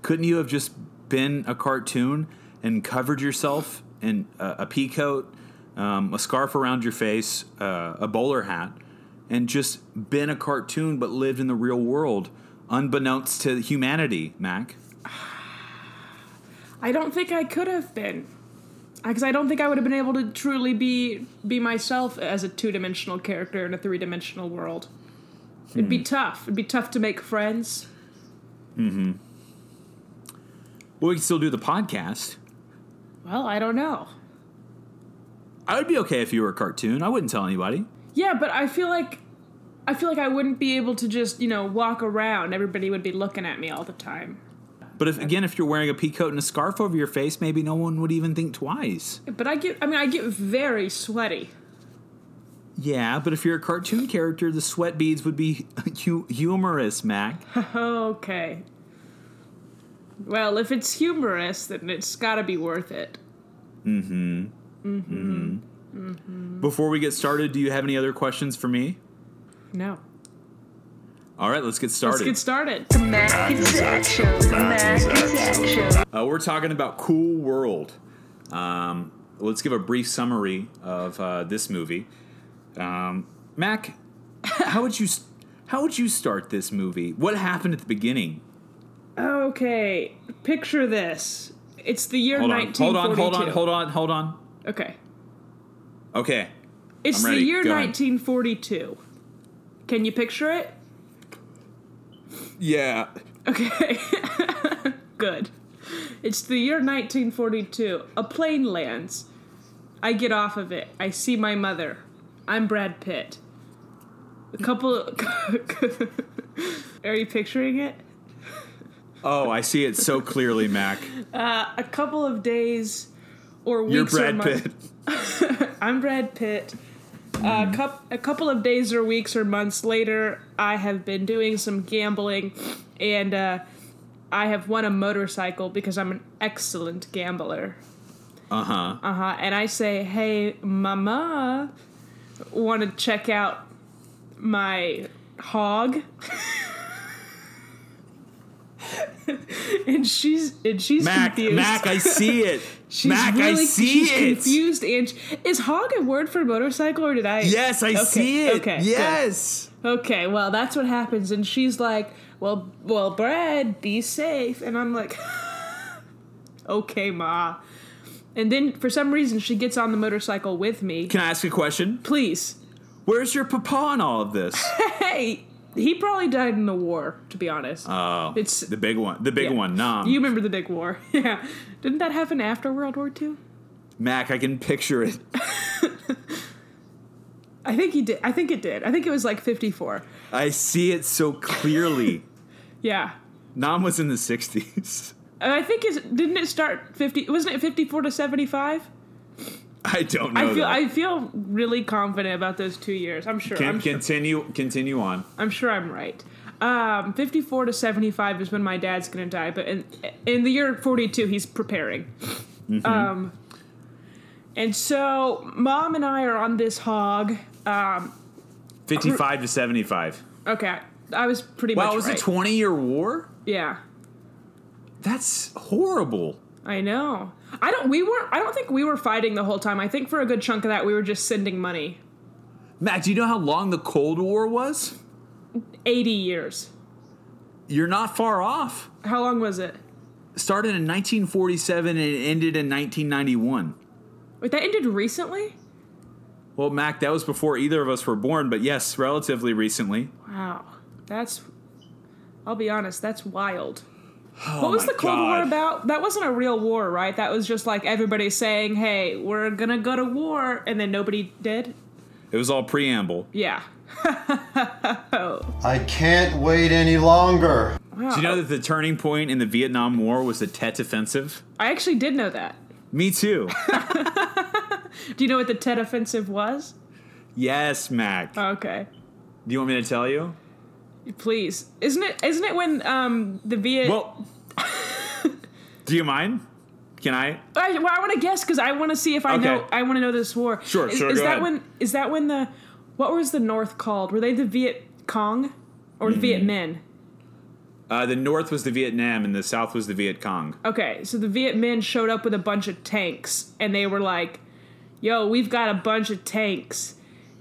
Speaker 5: couldn't you have just been a cartoon and covered yourself in a, a pea coat, um, a scarf around your face, uh, a bowler hat, and just been a cartoon but lived in the real world, unbeknownst to humanity, Mac?
Speaker 6: I don't think I could have been. Because I don't think I would have been able to truly be be myself as a two dimensional character in a three dimensional world. It'd be tough. It'd be tough to make friends.
Speaker 5: Well, we can still do the podcast.
Speaker 6: Well, I don't know.
Speaker 5: I would be okay if you were a cartoon. I wouldn't tell anybody.
Speaker 6: Yeah, but I feel like I feel like I wouldn't be able to just you know walk around. Everybody would be looking at me all the time.
Speaker 5: But if again, if you're wearing a pea coat and a scarf over your face, maybe no one would even think twice.
Speaker 6: But I get. I mean, I get very sweaty.
Speaker 5: Yeah, but if you're a cartoon character, the sweat beads would be hu- humorous, Mac.
Speaker 6: Okay. Well, if it's humorous, then it's got to be worth it.
Speaker 5: Before we get started, do you have any other questions for me?
Speaker 6: No.
Speaker 5: All right, let's get
Speaker 6: Let's
Speaker 5: started.
Speaker 6: get started.
Speaker 5: Uh, we're talking about Cool World. Um, let's give a brief summary of uh, this movie. Um, Mac, how would you s- how would you start this movie? What happened at the beginning?
Speaker 6: Okay, picture this. It's the year
Speaker 5: Hold on,
Speaker 6: 1942.
Speaker 5: hold on, hold on, hold on, hold on.
Speaker 6: Okay.
Speaker 5: Okay,
Speaker 6: It's
Speaker 5: I'm
Speaker 6: the
Speaker 5: ready.
Speaker 6: year
Speaker 5: Go ahead.
Speaker 6: 1942. Can you picture it?
Speaker 5: yeah,
Speaker 6: Okay. Good. It's the year 1942. A plane lands. I get off of it. I see my mother. I'm Brad Pitt. A couple. Are you picturing it?
Speaker 5: Oh, I see it so clearly, Mac.
Speaker 6: A couple of days or
Speaker 5: You're
Speaker 6: weeks. or
Speaker 5: Brad
Speaker 6: months.
Speaker 5: Pitt.
Speaker 6: I'm Brad Pitt.
Speaker 5: Mm.
Speaker 6: A, cup, a couple of days or weeks or months later, I have been doing some gambling and uh, I have won a motorcycle because I'm an excellent gambler.
Speaker 5: Uh huh.
Speaker 6: Uh huh. And I say, hey, mama, want to check out my hog? and she's and she's
Speaker 5: Mac,
Speaker 6: confused.
Speaker 5: Mac, I see it.
Speaker 6: She's
Speaker 5: Mac, I
Speaker 6: really-
Speaker 5: see
Speaker 6: she's
Speaker 5: it.
Speaker 6: Confused and sh- is hog a word for motorcycle or did I?
Speaker 5: Yes, I
Speaker 6: Okay,
Speaker 5: see it.
Speaker 6: Okay, good.
Speaker 5: yes.
Speaker 6: Okay, well that's what happens, and she's like, "Well, well, Brad, be safe," and I'm like, "Okay, ma." And then for some reason she gets on the motorcycle with me.
Speaker 5: Can I ask a question?
Speaker 6: Please,
Speaker 5: Where's your papa in all of this?
Speaker 6: hey, he probably died in the war. To be honest, oh, it's
Speaker 5: the big one. The big
Speaker 6: yeah.
Speaker 5: one. Nom.
Speaker 6: You remember the big war? Yeah, didn't that happen after World War II?
Speaker 5: Mac, I can picture it.
Speaker 6: I think he did. I think it did. I think it was like 54.
Speaker 5: I see it so clearly.
Speaker 6: Yeah.
Speaker 5: Nam was in the 60s.
Speaker 6: And I think is didn't it start 50 wasn't it 54 to 75?
Speaker 5: I don't know.
Speaker 6: I feel
Speaker 5: that.
Speaker 6: I feel really confident about those 2 years. I'm sure.
Speaker 5: Can,
Speaker 6: I'm, sure
Speaker 5: continue continue on.
Speaker 6: I'm sure I'm right. Um, 54 to 75 is when my dad's going to die, but in in the year 42 he's preparing.
Speaker 5: Mm-hmm.
Speaker 6: Um and so mom and I are on this hog. Um
Speaker 5: 55 to 75.
Speaker 6: okay. I was pretty
Speaker 5: Wow,
Speaker 6: much
Speaker 5: it was
Speaker 6: right.
Speaker 5: a 20 year war?
Speaker 6: yeah.
Speaker 5: That's horrible.
Speaker 6: I know. I don't. We weren't. I don't think we were fighting the whole time. I think for a good chunk of that, we were just sending money.
Speaker 5: Mac, do you know how long the Cold War was?
Speaker 6: Eighty years.
Speaker 5: You're not far off.
Speaker 6: How long was it?
Speaker 5: Started in 1947 and it ended in 1991.
Speaker 6: Wait, that ended recently.
Speaker 5: Well, Mac, that was before either of us were born, but yes, relatively recently.
Speaker 6: Wow. That's. I'll be honest. That's wild. what was
Speaker 5: Oh my
Speaker 6: the Cold War
Speaker 5: God.
Speaker 6: about? That wasn't a real war, right? That was just like everybody saying, "Hey, we're gonna go to war," and then nobody did.
Speaker 5: It was all preamble.
Speaker 6: Yeah.
Speaker 10: I can't wait any longer.
Speaker 5: Do you know that the turning point in the Vietnam War was the Tet Offensive?
Speaker 6: I actually did know that.
Speaker 5: Me too.
Speaker 6: Do you know what the Tet Offensive was?
Speaker 5: yes, Mac.
Speaker 6: Okay.
Speaker 5: Do you want me to tell you?
Speaker 6: Please, isn't it? Isn't it when um the Viet?
Speaker 5: Well, do you mind? Can I?
Speaker 6: I, well, I want to guess because I want to see if I
Speaker 5: Okay.
Speaker 6: know. I want to know this war.
Speaker 5: Sure,
Speaker 6: Is,
Speaker 5: sure,
Speaker 6: Is
Speaker 5: go
Speaker 6: that
Speaker 5: ahead.
Speaker 6: when? Is that when the? What was the North called? Were they the Viet Cong or
Speaker 5: Mm-hmm.
Speaker 6: Viet Minh?
Speaker 5: Uh, the North was the Vietnam and the South was the Viet Cong.
Speaker 6: Okay, so the Viet Minh showed up with a bunch of tanks, and they were like, "Yo, we've got a bunch of tanks,"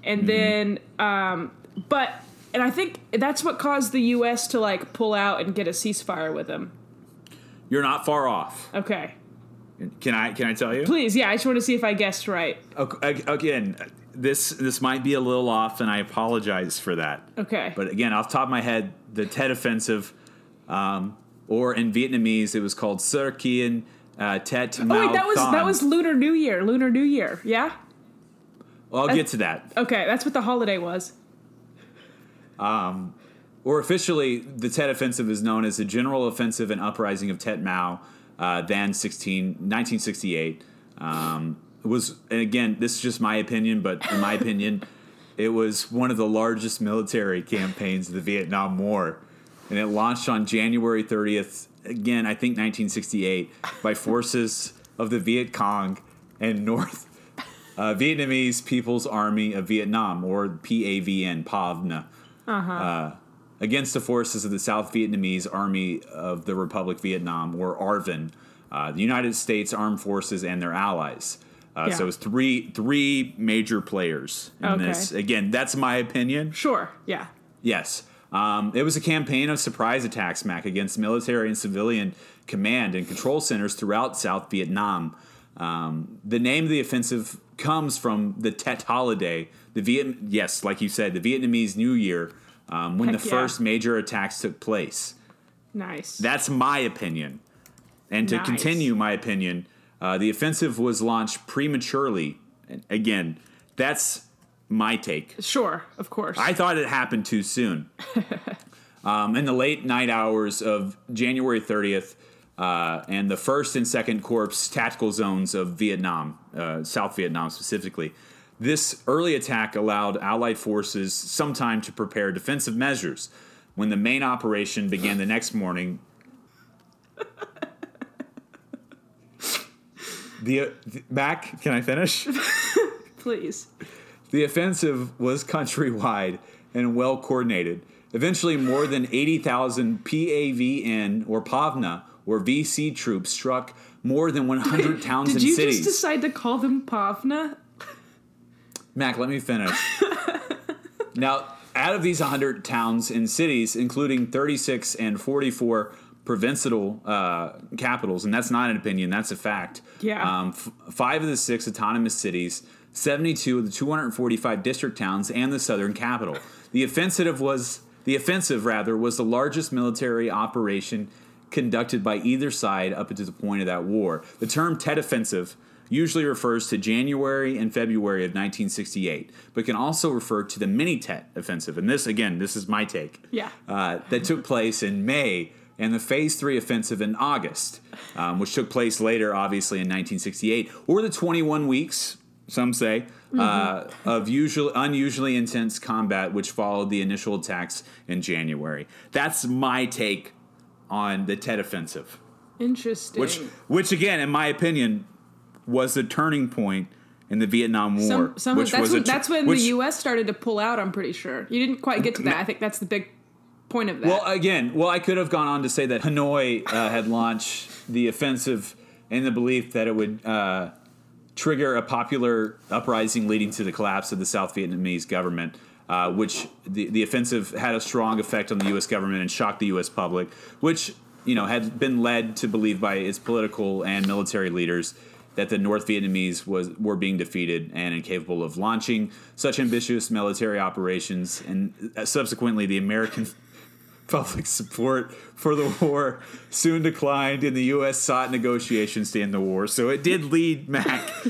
Speaker 5: Mm-hmm.
Speaker 6: and then, um, but, and I think that's what caused the U.S. to like pull out and get a ceasefire with them.
Speaker 5: You're not far off.
Speaker 6: Okay,
Speaker 5: Can I? Can I tell you?
Speaker 6: please, yeah, I just want to see if I guessed right.
Speaker 5: Ac- ag- Again, this this might be a little off, and I apologize for that.
Speaker 6: Okay,
Speaker 5: But again, off the top of my head, the Tet Offensive, um, or in Vietnamese, it was called Sir Kien uh, Tet Mao
Speaker 6: Oh wait, that was that
Speaker 5: Thanh.
Speaker 6: was Lunar New Year. Lunar New Year. Yeah.
Speaker 5: Well, I'll get to that.
Speaker 6: Okay, that's what the holiday was.
Speaker 5: Or officially, the Tet Offensive is known as the General Offensive and Uprising of Tet Mao, uh, then 16, 1968. Um, it was, and again, this is just my opinion, but in my opinion, it was one of the largest military campaigns of the Vietnam War. And it launched on January 30th, again, I think 1968, by forces of the Viet Cong and North uh, Vietnamese People's Army of Vietnam, or PAVN, PAVNA
Speaker 6: Uh-huh.
Speaker 5: Uh, against the forces of the South Vietnamese Army of the Republic Vietnam, or ARVN, uh, the United States Armed Forces and their allies. Uh,
Speaker 6: Yeah.
Speaker 5: So it's three three major players in
Speaker 6: Okay.
Speaker 5: this. Again, that's my opinion.
Speaker 6: Sure. Yeah.
Speaker 5: Yes. Um, it was a campaign of surprise attacks, Mac, against military and civilian command and control centers throughout South Vietnam. Um, the name of the offensive comes from the Tet holiday, the Viet- yes, like you said, the Vietnamese New Year, um, when
Speaker 6: Heck
Speaker 5: the
Speaker 6: yeah.
Speaker 5: first major attacks took place.
Speaker 6: Nice.
Speaker 5: That's my opinion. And to
Speaker 6: Nice.
Speaker 5: continue my opinion, uh, the offensive was launched prematurely. And again, that's my take.
Speaker 6: sure. Of course.
Speaker 5: I thought it happened too soon. um, in the late night hours of January 30th, uh, and the first and second corps tactical zones of Vietnam, uh, South Vietnam specifically, this early attack allowed Allied forces some time to prepare defensive measures. When the main operation began the next morning, the, the back. Can I finish?
Speaker 6: Please.
Speaker 5: The offensive was countrywide and well coordinated. Eventually, more than 80,000 PAVN or PAVNA where VC troops struck more than 100 towns
Speaker 6: Did
Speaker 5: and
Speaker 6: you
Speaker 5: cities.
Speaker 6: just decide to call them Pavna?
Speaker 5: Mac, let me finish. now, out of these 100 towns and cities, including 36 and 44 provincial uh, capitals, and that's not an opinion, that's a fact.
Speaker 6: Yeah.
Speaker 5: Um, f- five of the six autonomous cities, 72 of the 245 district towns, and the southern capital. The offensive was the offensive rather was the largest military operation conducted by either side up to the point of that war. The term Tet Offensive usually refers to January and February of 1968, but can also refer to the Mini Tet Offensive. And this, again, this is my take.
Speaker 6: Yeah.
Speaker 5: Uh, that took place in May and the Phase 3 offensive in August, um, which took place later, obviously, in 1968, or the 21 weeks, some say, uh,
Speaker 6: Mm-hmm.
Speaker 5: of usual, unusually intense combat, which followed the initial attacks in January. That's my take on the Tet Offensive,
Speaker 6: Interesting.
Speaker 5: which, which again, in my opinion, was the turning point in the Vietnam War.
Speaker 6: Some, some
Speaker 5: which
Speaker 6: of, that's,
Speaker 5: was a
Speaker 6: when,
Speaker 5: tr-
Speaker 6: that's when
Speaker 5: which-
Speaker 6: the U.S. started to pull out. I'm pretty sure you didn't quite get to that. I think that's the big point of that.
Speaker 5: Well, again, well, I could have gone on to say that Hanoi uh, had launched the offensive in the belief that it would uh, trigger a popular uprising leading to the collapse of the South Vietnamese government. Uh, which the, the offensive had a strong effect on the U.S. government and shocked the U.S. public, which you know had been led to believe by its political and military leaders that the North Vietnamese was were being defeated and incapable of launching such ambitious military operations, and uh, subsequently the American public support for the war soon declined, and the U.S. sought negotiations to end the war. So it did lead Mac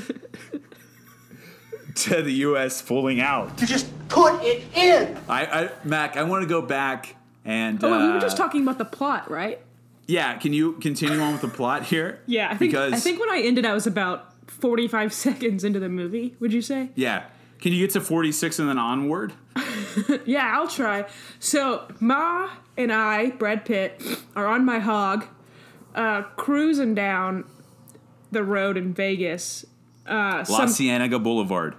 Speaker 5: to the U.S. pulling out.
Speaker 10: You just put it in!
Speaker 5: I, I Mac, I want to go back and.
Speaker 6: Oh, wait, we
Speaker 5: uh,
Speaker 6: were just talking about the plot, right?
Speaker 5: Yeah, can you continue on with the plot here?
Speaker 6: Yeah, I think
Speaker 5: because
Speaker 6: I think when I ended, I was about 45 seconds into the movie. Would you say?
Speaker 5: yeah. Can you get to 46 and then onward?
Speaker 6: Yeah, I'll try. So Ma and I, Brad Pitt, are on my hog, uh, cruising down the road in Vegas. Uh,
Speaker 5: La Cienega Boulevard.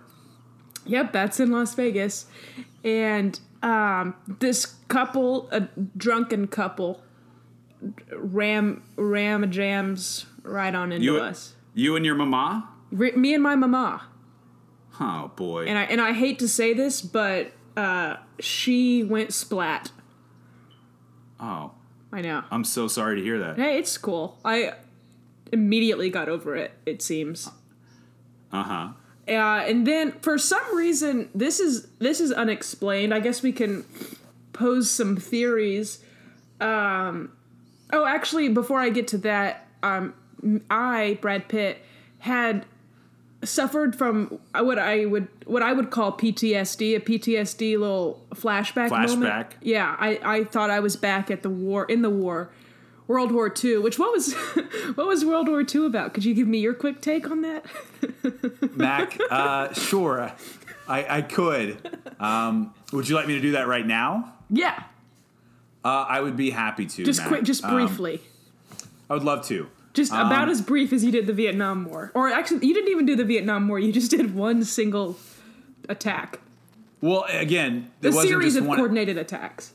Speaker 6: Yep, that's in Las Vegas. And um, this couple, a drunken couple, ram ram jams right on into
Speaker 5: You,
Speaker 6: us.
Speaker 5: you and your mama?
Speaker 6: Re- me and my mama.
Speaker 5: Oh, boy.
Speaker 6: And I and I hate to say this, but uh, she went splat.
Speaker 5: oh,
Speaker 6: I know.
Speaker 5: I'm so sorry to hear that.
Speaker 6: Hey, it's cool. I immediately got over it. It seems.
Speaker 5: Uh huh.
Speaker 6: Uh, and then for some reason, this is this is unexplained. I guess we can pose some theories. Um, oh, actually, before I get to that, um, I Brad Pitt had suffered from what I would what I would call PTSD, a PTSD little flashback.
Speaker 5: Flashback.
Speaker 6: Moment. Yeah, I I thought I was back at the war in the war. World War II, which what was what was World War II about? Could you give me your quick take on that?
Speaker 5: Mac, uh, sure, I, I could. Um, would you like me to do that right now?
Speaker 6: yeah,
Speaker 5: Uh, I would be happy to.
Speaker 6: Just
Speaker 5: Mac.
Speaker 6: quick, just
Speaker 5: Um,
Speaker 6: briefly.
Speaker 5: I would love to.
Speaker 6: just about as brief as you did the Vietnam War. Or actually, you didn't even do the Vietnam War. You just did one single attack.
Speaker 5: Well, again,
Speaker 6: A
Speaker 5: there wasn't
Speaker 6: series
Speaker 5: just
Speaker 6: of
Speaker 5: one.
Speaker 6: coordinated attacks.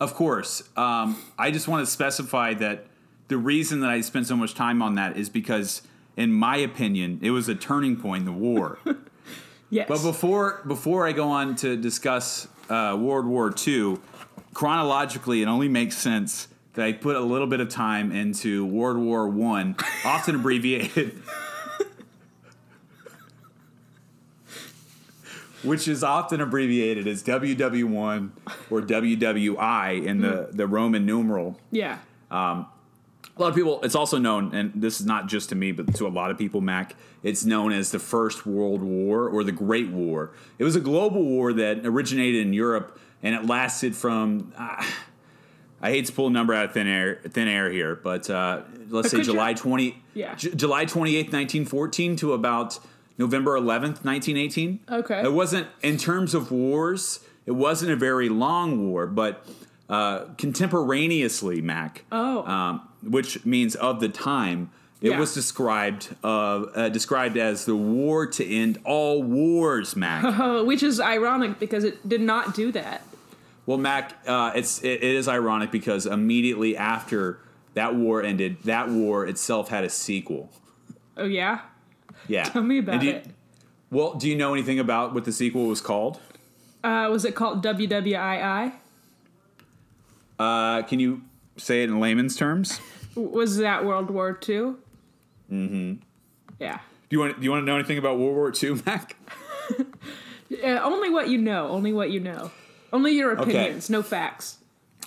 Speaker 5: Of course. Um, I just want to specify that the reason that I spent so much time on that is because, in my opinion, it was a turning point in the war.
Speaker 6: Yes.
Speaker 5: But before before I go on to discuss uh, World War II, chronologically, it only makes sense that I put a little bit of time into World War One, often abbreviated, which is often abbreviated as WW1 or WWI in the, the Roman numeral.
Speaker 6: yeah.
Speaker 5: A lot of people, it's also known, and this is not just to me, but to a lot of people, Mac, it's known as the First World War or the Great War. It was a global war that originated in Europe and it lasted from, uh, I hate to pull a number out of thin air, thin air here, but uh, let's say
Speaker 6: could you-
Speaker 5: July 20,
Speaker 6: Yeah.
Speaker 5: J- July 28th, 1914 to about November 11th, 1918.
Speaker 6: Okay.
Speaker 5: It wasn't, in terms of wars, it wasn't a very long war, but uh, contemporaneously, Mac
Speaker 6: Oh.
Speaker 5: um, which means of the time. It
Speaker 6: Yeah.
Speaker 5: was described uh, uh, described as the war to end all wars, Mac.
Speaker 6: Uh, which is ironic because it did not do that.
Speaker 5: well, Mac, uh, it's it, it is ironic because immediately after That war ended. That war itself had a sequel.
Speaker 6: Oh yeah,
Speaker 5: Yeah.
Speaker 6: tell me
Speaker 5: And
Speaker 6: about
Speaker 5: do you-
Speaker 6: it.
Speaker 5: Well, do you know anything about what the sequel was called?
Speaker 6: Uh, was it called WWII?
Speaker 5: Uh, can you say it in layman's terms?
Speaker 6: W- Was that World War II? Mm-hmm.
Speaker 5: Mm-hmm.
Speaker 6: Yeah.
Speaker 5: Do you want do you want to know anything about World War II, Mac?
Speaker 6: Uh, only what you know. Only what you know. Only your opinions. No facts.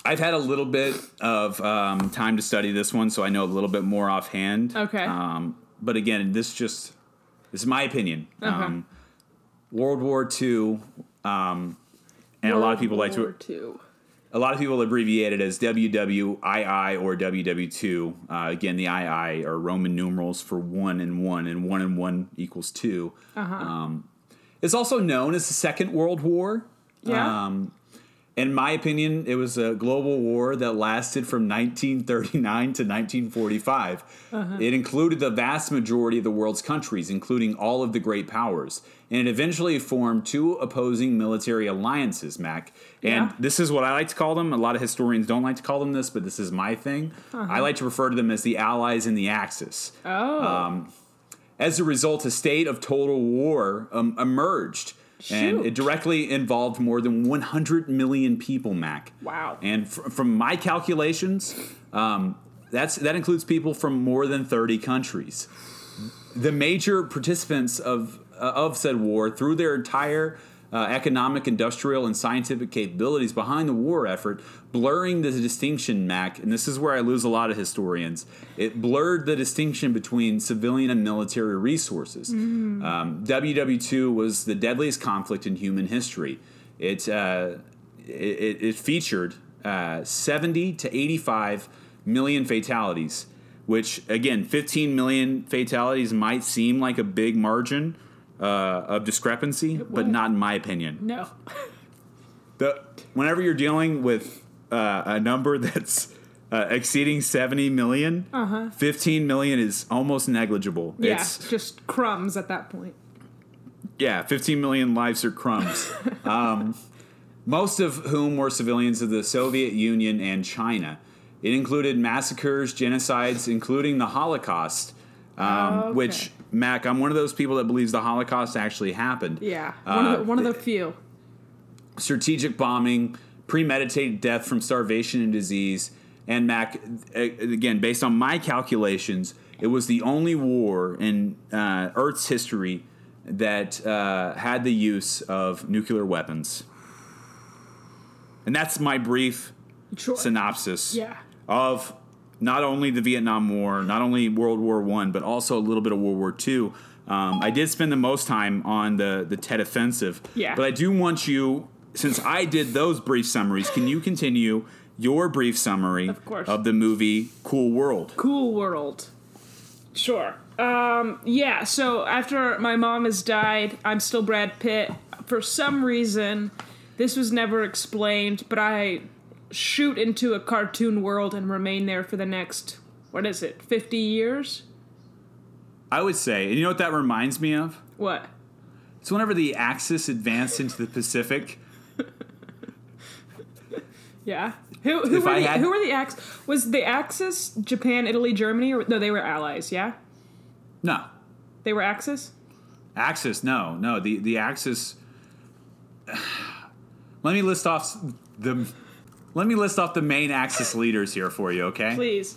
Speaker 5: I've had a little bit of um, time to study this one, so I know a little bit more offhand.
Speaker 6: Okay.
Speaker 5: Um, but again, this just this is my opinion. Um, World War II, um, and a lot of people like to
Speaker 6: to.
Speaker 5: a lot of people abbreviate it as WWII or WW2. Uh, again, the II are Roman numerals for one and one, and one and one equals 2 Um, it's also known as the Second World War.
Speaker 6: Yeah.
Speaker 5: Um, in my opinion, it was a global war that lasted from 1939 to 1945.
Speaker 6: Uh-huh.
Speaker 5: It included the vast majority of the world's countries, including all of the great powers. And it eventually formed two opposing military alliances, Mac. And
Speaker 6: Yeah.
Speaker 5: this is what I like to call them. A lot of historians don't like to call them this, but this is my thing.
Speaker 6: Uh-huh.
Speaker 5: I like to refer to them as the Allies and the Axis.
Speaker 6: oh.
Speaker 5: As a result, a state of total war um, emerged, and
Speaker 6: Shoot.
Speaker 5: it directly involved more than 100 million people. Mac.
Speaker 6: Wow.
Speaker 5: And fr- from my calculations, um, that's that includes people from more than 30 countries. The major participants of uh, of said war through their entire uh, economic, industrial, and scientific capabilities behind the war effort, blurring the distinction, Mac, and this is where I lose a lot of historians. It blurred the distinction between civilian and military resources. Um, WW2 was the deadliest conflict in human history. It, uh, it, it, it featured uh, 70 to 85 million fatalities, which, again, 15 million fatalities might seem like a big margin uh, of discrepancy, but not in my opinion
Speaker 6: no.
Speaker 5: the whenever you're dealing with uh, a number that's uh, exceeding 70 million, 15 million is almost negligible.
Speaker 6: Yeah.
Speaker 5: It's
Speaker 6: just crumbs at that point.
Speaker 5: yeah, 15 million lives are crumbs. um, most of whom were civilians of the Soviet Union and China. It included massacres, genocides, including the Holocaust, um,
Speaker 6: Oh, Okay.
Speaker 5: which Mac, I'm one of those people that believes the Holocaust actually happened.
Speaker 6: Yeah. One, of,
Speaker 5: Uh,
Speaker 6: the, one of the few.
Speaker 5: strategic bombing, premeditated death from starvation and disease, and Mac. a- Again, based on my calculations, it was the only war in uh, Earth's history that uh, had the use of nuclear weapons. And that's my brief
Speaker 6: Sure.
Speaker 5: synopsis
Speaker 6: Yeah.
Speaker 5: of not only the Vietnam War, not only World War One, but also a little bit of World War Two. Um, I did spend the most time on the the Tet Offensive,
Speaker 6: Yeah.
Speaker 5: But I do want you, since I did those brief summaries, can you continue your brief summary
Speaker 6: Of course.
Speaker 5: of the movie Cool World?
Speaker 6: cool world. Sure. Um, yeah, so after my mom has died, I'm still Brad Pitt. For some reason, this was never explained, but I shoot into a cartoon world and remain there for the next, what is it, 50 years?
Speaker 5: I would say, and you know what that reminds me of?
Speaker 6: What?
Speaker 5: It's whenever the Axis advanced into the Pacific.
Speaker 6: Yeah. Who, who,
Speaker 5: If
Speaker 6: were,
Speaker 5: I
Speaker 6: the,
Speaker 5: had-
Speaker 6: who were the Ax? Was the Axis Japan, Italy, Germany? Or, no, they were allies, yeah?
Speaker 5: No,
Speaker 6: They were Axis?
Speaker 5: Axis. No, no. The the Axis. Let me list off s- the. Let me list off the main Axis leaders here for you, okay?
Speaker 6: Please.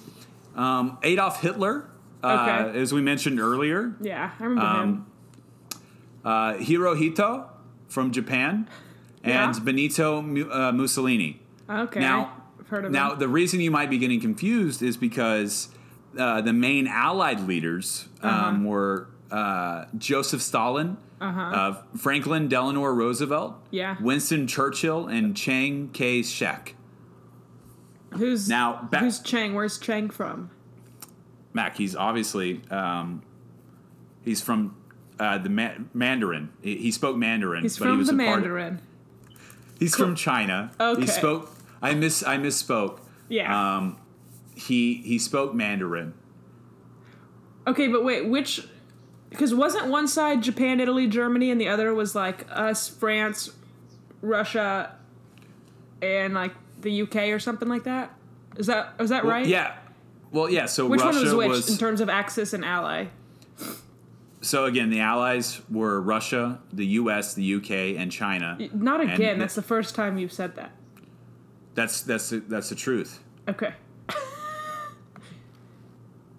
Speaker 5: Um, Adolf Hitler, uh,
Speaker 6: Okay.
Speaker 5: as we mentioned earlier.
Speaker 6: Yeah, I remember him.
Speaker 5: Um, uh, Hirohito from Japan, and
Speaker 6: Yeah.
Speaker 5: Benito Mu- uh, Mussolini.
Speaker 6: Okay.
Speaker 5: now-
Speaker 6: I've heard of
Speaker 5: Now,
Speaker 6: him.
Speaker 5: the reason you might be getting confused is because uh, the main Allied leaders
Speaker 6: Uh-huh.
Speaker 5: um, were uh, Joseph Stalin, uh, Franklin Delano Roosevelt,
Speaker 6: Yeah.
Speaker 5: Winston Churchill, and Chiang Kai shek.
Speaker 6: Who's
Speaker 5: Now, back-
Speaker 6: who's Chang? Where's Chang from?
Speaker 5: Mac, he's obviously um, he's from uh, the Ma- Mandarin. He, he spoke Mandarin.
Speaker 6: He's
Speaker 5: but he
Speaker 6: from
Speaker 5: was
Speaker 6: the
Speaker 5: a part-
Speaker 6: Mandarin.
Speaker 5: he's from China.
Speaker 6: Okay.
Speaker 5: He spoke. I miss. I misspoke.
Speaker 6: Yeah.
Speaker 5: Um, he he spoke Mandarin.
Speaker 6: okay, but wait, which? Because wasn't one side Japan, Italy, Germany, and the other was like us, France, Russia, and like the UK or something like that? Is that is that right?
Speaker 5: Yeah. Well, yeah. So
Speaker 6: Which
Speaker 5: Russia
Speaker 6: one was which in terms of Axis and Ally?
Speaker 5: so again. The allies were Russia, the U.S., the U.K., and China.
Speaker 6: Not
Speaker 5: And
Speaker 6: again.
Speaker 5: th-
Speaker 6: That's the first time you've said that.
Speaker 5: that's that's the, that's the truth.
Speaker 6: Okay.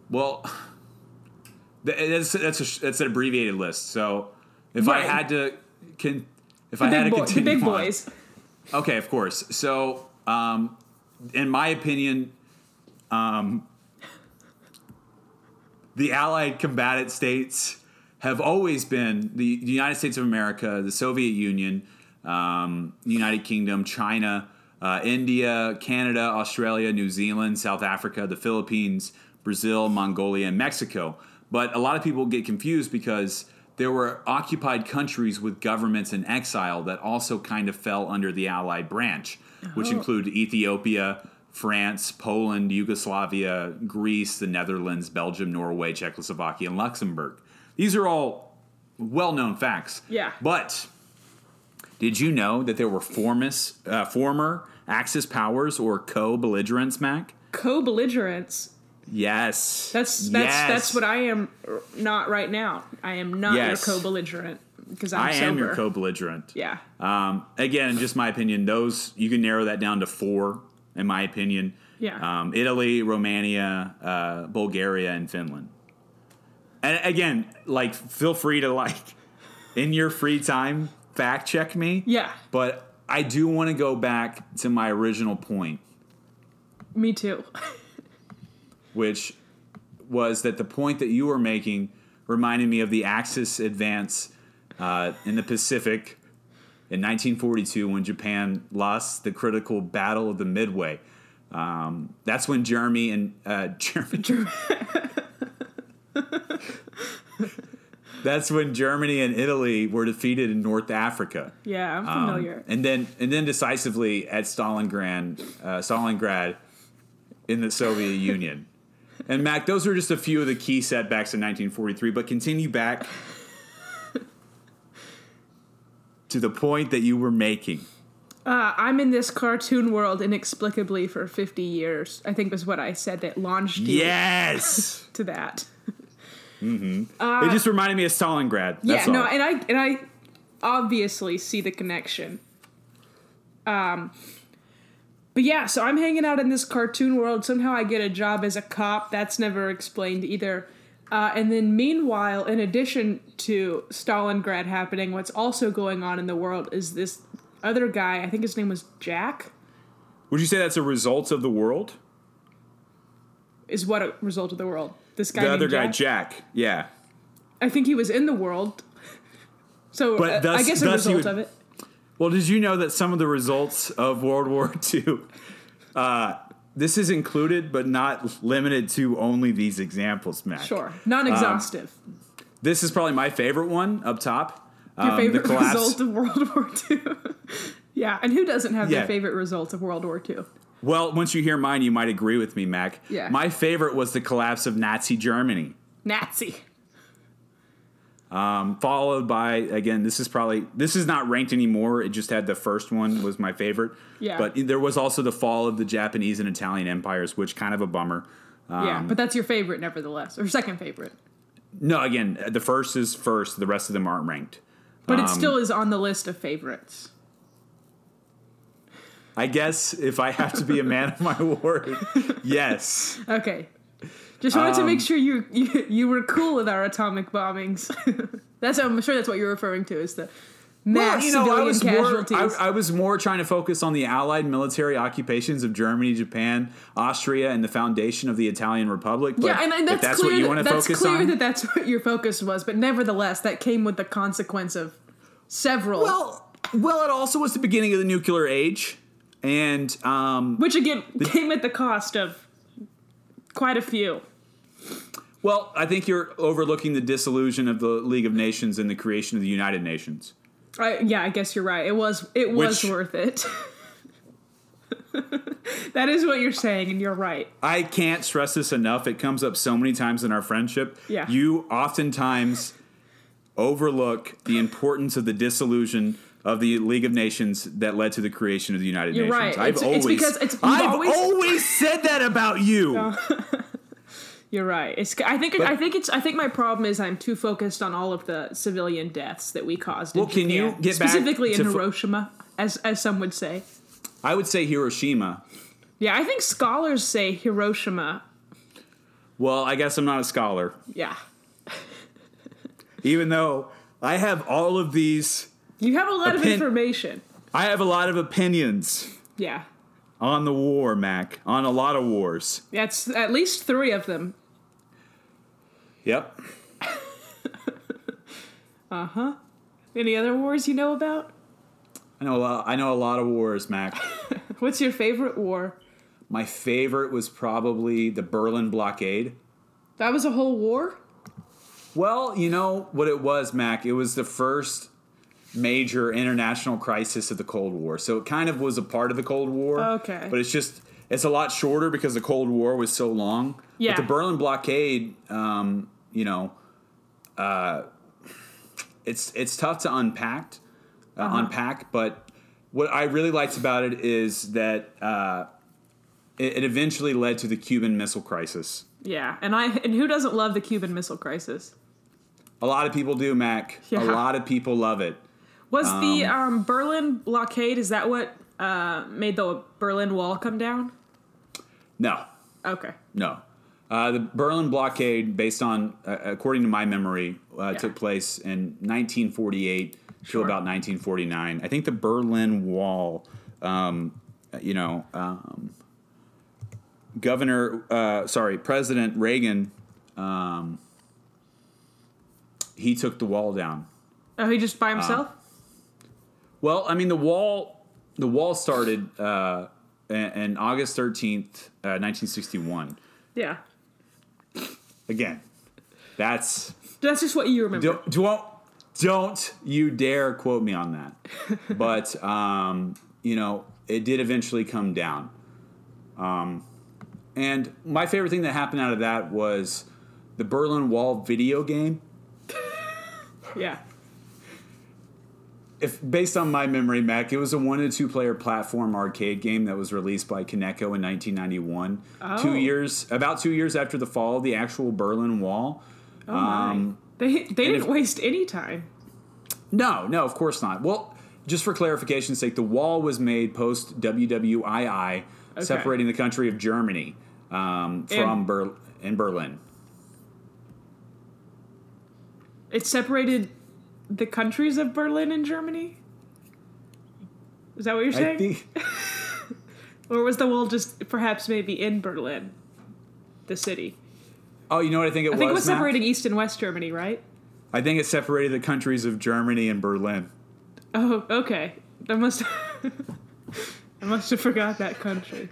Speaker 5: Well, th- that's that's a, sh- that's an abbreviated list. So if I
Speaker 6: Right.
Speaker 5: had to can if I
Speaker 6: The
Speaker 5: had to
Speaker 6: big, boy, the
Speaker 5: continue
Speaker 6: big
Speaker 5: on-
Speaker 6: boys.
Speaker 5: Okay, of course. So, um, in my opinion, um, the Allied combatant states have always been the, the United States of America, the Soviet Union, um, the United Kingdom, China, uh, India, Canada, Australia, New Zealand, South Africa, the Philippines, Brazil, Mongolia, and Mexico. But a lot of people get confused because there were occupied countries with governments in exile that also kind of fell under the Allied branch, which include Ethiopia, France, Poland, Yugoslavia, Greece, the Netherlands, Belgium, Norway, Czechoslovakia, and Luxembourg. These are all well known facts.
Speaker 6: Yeah.
Speaker 5: But did you know that there were formis, uh, former Axis powers or co belligerents, Mac?
Speaker 6: Co-belligerents.
Speaker 5: Yes.
Speaker 6: That's that's
Speaker 5: Yes.
Speaker 6: that's what I am r- not right now. I am not
Speaker 5: Yes.
Speaker 6: your co-belligerent because I'm
Speaker 5: I
Speaker 6: sober.
Speaker 5: am your co belligerent.
Speaker 6: Yeah.
Speaker 5: Um, again, just my opinion. Those you can narrow that down to four, in my opinion.
Speaker 6: Yeah.
Speaker 5: Um, Italy, Romania, uh, Bulgaria, and Finland. And again, like, feel free to like, in your free time, fact check me.
Speaker 6: Yeah.
Speaker 5: But I do want to go back to my original point,
Speaker 6: Me too.
Speaker 5: which was that the point that you were making reminded me of the Axis advance uh, in the Pacific in 1942 when Japan lost the critical battle of the Midway. Um, that's when Jeremy and uh, Germany. that's when Germany and Italy were defeated in North Africa.
Speaker 6: Yeah, I'm
Speaker 5: Um,
Speaker 6: familiar.
Speaker 5: and then and then decisively at Stalingrad, uh, Stalingrad in the Soviet Union. And Mac, those were just a few of the key setbacks in 1943. But continue back to the point that you were making.
Speaker 6: Uh, I'm in this cartoon world inexplicably for 50 years. I think was what I said that launched you
Speaker 5: Yes,
Speaker 6: to that.
Speaker 5: it just reminded me of Stalingrad. That's
Speaker 6: yeah,
Speaker 5: all.
Speaker 6: no, and I and I obviously see the connection. Um, but yeah, so I'm hanging out in this cartoon world. Somehow I get a job as a cop. That's never explained either. Uh, and then, meanwhile, in addition to Stalingrad happening, what's also going on in the world is this other guy. I think his name was Jack.
Speaker 5: Would you say that's a result of the world?
Speaker 6: Is what a result of the world. This guy.
Speaker 5: The
Speaker 6: named
Speaker 5: other guy,
Speaker 6: Jack?
Speaker 5: Jack. Yeah,
Speaker 6: I think he was in the world. So
Speaker 5: But
Speaker 6: uh, I
Speaker 5: thus-
Speaker 6: guess a
Speaker 5: thus he
Speaker 6: result
Speaker 5: would-
Speaker 6: of it.
Speaker 5: Well, did you know that some of the results of World War II, uh, this is included but not limited to only these examples, Mac.
Speaker 6: Sure, non-exhaustive.
Speaker 5: This is probably my favorite one up top.
Speaker 6: Your
Speaker 5: Um, the
Speaker 6: favorite
Speaker 5: collapse-
Speaker 6: result of World War II. yeah, and who doesn't have
Speaker 5: Yeah.
Speaker 6: their favorite result of World War II?
Speaker 5: Well, once you hear mine, you might agree with me, Mac.
Speaker 6: Yeah.
Speaker 5: My favorite was the collapse of Nazi Germany,
Speaker 6: Nazi.
Speaker 5: followed by again. This is probably this is not ranked anymore. It just had the first one was my favorite.
Speaker 6: Yeah.
Speaker 5: But there was also the fall of the Japanese and Italian empires, which kind of a bummer. Um,
Speaker 6: yeah, but that's your favorite, nevertheless, or second favorite.
Speaker 5: No, again, the first is first. The rest of them aren't ranked.
Speaker 6: But
Speaker 5: um,
Speaker 6: it still is on the list of favorites.
Speaker 5: I guess if I have to be a man of my word, yes.
Speaker 6: Okay, just wanted to
Speaker 5: um,
Speaker 6: make sure you, you you were cool with our atomic bombings. that's I'm sure that's what you're referring to is the mass civilian
Speaker 5: more,
Speaker 6: casualties.
Speaker 5: I, I was more trying to focus on the Allied military occupations of Germany, Japan, Austria, and the foundation of the Italian Republic. But
Speaker 6: yeah, and, and
Speaker 5: if
Speaker 6: that's,
Speaker 5: that's
Speaker 6: clear.
Speaker 5: what you
Speaker 6: that-
Speaker 5: want to
Speaker 6: that's
Speaker 5: focus
Speaker 6: clear
Speaker 5: on.
Speaker 6: that that's what your focus was, but nevertheless, that came with the consequence of several.
Speaker 5: well, well, it also was the beginning of the nuclear age, and um,
Speaker 6: which again came at the cost of quite a few.
Speaker 5: well, I think you're overlooking the dissolution of the League of Nations and the creation of the United Nations.
Speaker 6: I, yeah, I guess you're right. It was it was
Speaker 5: Which-
Speaker 6: worth it. that is what you're saying, and you're right.
Speaker 5: I can't stress this enough. It comes up so many times in our friendship.
Speaker 6: Yeah.
Speaker 5: You oftentimes overlook the importance of the dissolution of the League of Nations that led to the creation of the United
Speaker 6: You're
Speaker 5: Nations.
Speaker 6: right. It's- it's because it's- you've
Speaker 5: I've
Speaker 6: always-
Speaker 5: always said that about you.
Speaker 6: You're right. It's. I think. I think it's. I think my problem is I'm too focused on all of the civilian deaths that we caused.
Speaker 5: Well,
Speaker 6: in
Speaker 5: can you
Speaker 6: Japan,
Speaker 5: get back
Speaker 6: specifically
Speaker 5: to
Speaker 6: in
Speaker 5: fo-
Speaker 6: Hiroshima, as as some would say?
Speaker 5: I would say Hiroshima.
Speaker 6: Yeah, I think scholars say Hiroshima.
Speaker 5: Well, I guess I'm not a scholar,
Speaker 6: Yeah,
Speaker 5: even though I have all of these.
Speaker 6: you have a lot of
Speaker 5: Opin-
Speaker 6: information.
Speaker 5: I have a lot of opinions
Speaker 6: Yeah,
Speaker 5: on the war, Mac. On a lot of wars.
Speaker 6: that's at least three of them.
Speaker 5: Yep.
Speaker 6: Any other wars you know about?
Speaker 5: I know. A lot, I know a lot of wars, Mac.
Speaker 6: What's your favorite war?
Speaker 5: My favorite was probably the Berlin blockade.
Speaker 6: That was a whole war.
Speaker 5: Well, you know what it was, Mac? It was the first major international crisis of the Cold War. So it kind of was a part of the Cold War.
Speaker 6: Okay.
Speaker 5: But it's just, it's a lot shorter because the Cold War was so long.
Speaker 6: Yeah.
Speaker 5: But the Berlin blockade, um, you know, uh, it's, it's tough to unpack, uh,
Speaker 6: Uh-huh.
Speaker 5: unpack, but what I really liked about it is that uh, it, it eventually led to the Cuban Missile Crisis.
Speaker 6: Yeah, and I and who doesn't love the Cuban Missile Crisis?
Speaker 5: A lot of people do, Mac.
Speaker 6: Yeah.
Speaker 5: A lot of people love it.
Speaker 6: Was the um, Berlin blockade? Is that what uh, made the Berlin Wall come down?
Speaker 5: No,
Speaker 6: Okay.
Speaker 5: no. Uh, the Berlin blockade, based on uh, according to my memory, uh, took place in 1948 to about 1949. I think the Berlin Wall, um, you know, um, Governor, uh, sorry, President Reagan, um, he took the wall down.
Speaker 6: Oh, he just by
Speaker 5: Uh,
Speaker 6: himself.
Speaker 5: Well, I mean the wall. The wall started uh, in, in August thirteenth, uh, nineteen sixty-one.
Speaker 6: yeah,
Speaker 5: Again, that's
Speaker 6: that's just what you remember.
Speaker 5: don't don't don't you dare quote me on that. but um, you know, it did eventually come down. Um, and my favorite thing that happened out of that was the Berlin Wall video game.
Speaker 6: yeah,
Speaker 5: if based on my memory, Mac, it was a one to two player platform arcade game that was released by Coneco in 1991. Two years, about two years after the fall of the actual Berlin Wall. um,
Speaker 6: they they didn't
Speaker 5: if-
Speaker 6: waste any time.
Speaker 5: no, no, of course not. Well, just for clarification's sake, the wall was made post WWII, separating the country of Germany um, from
Speaker 6: And-
Speaker 5: Ber- in Berlin.
Speaker 6: It separated the countries of Berlin and Germany. Is that what you're saying?
Speaker 5: I think
Speaker 6: or was the wall just perhaps maybe in Berlin, the city?
Speaker 5: Oh, you know what I think it
Speaker 6: I
Speaker 5: was?
Speaker 6: think it was
Speaker 5: Mac?
Speaker 6: separating East and West Germany, right?
Speaker 5: I think it separated the countries of Germany and Berlin.
Speaker 6: Oh, okay. I must. I must have forgot that country.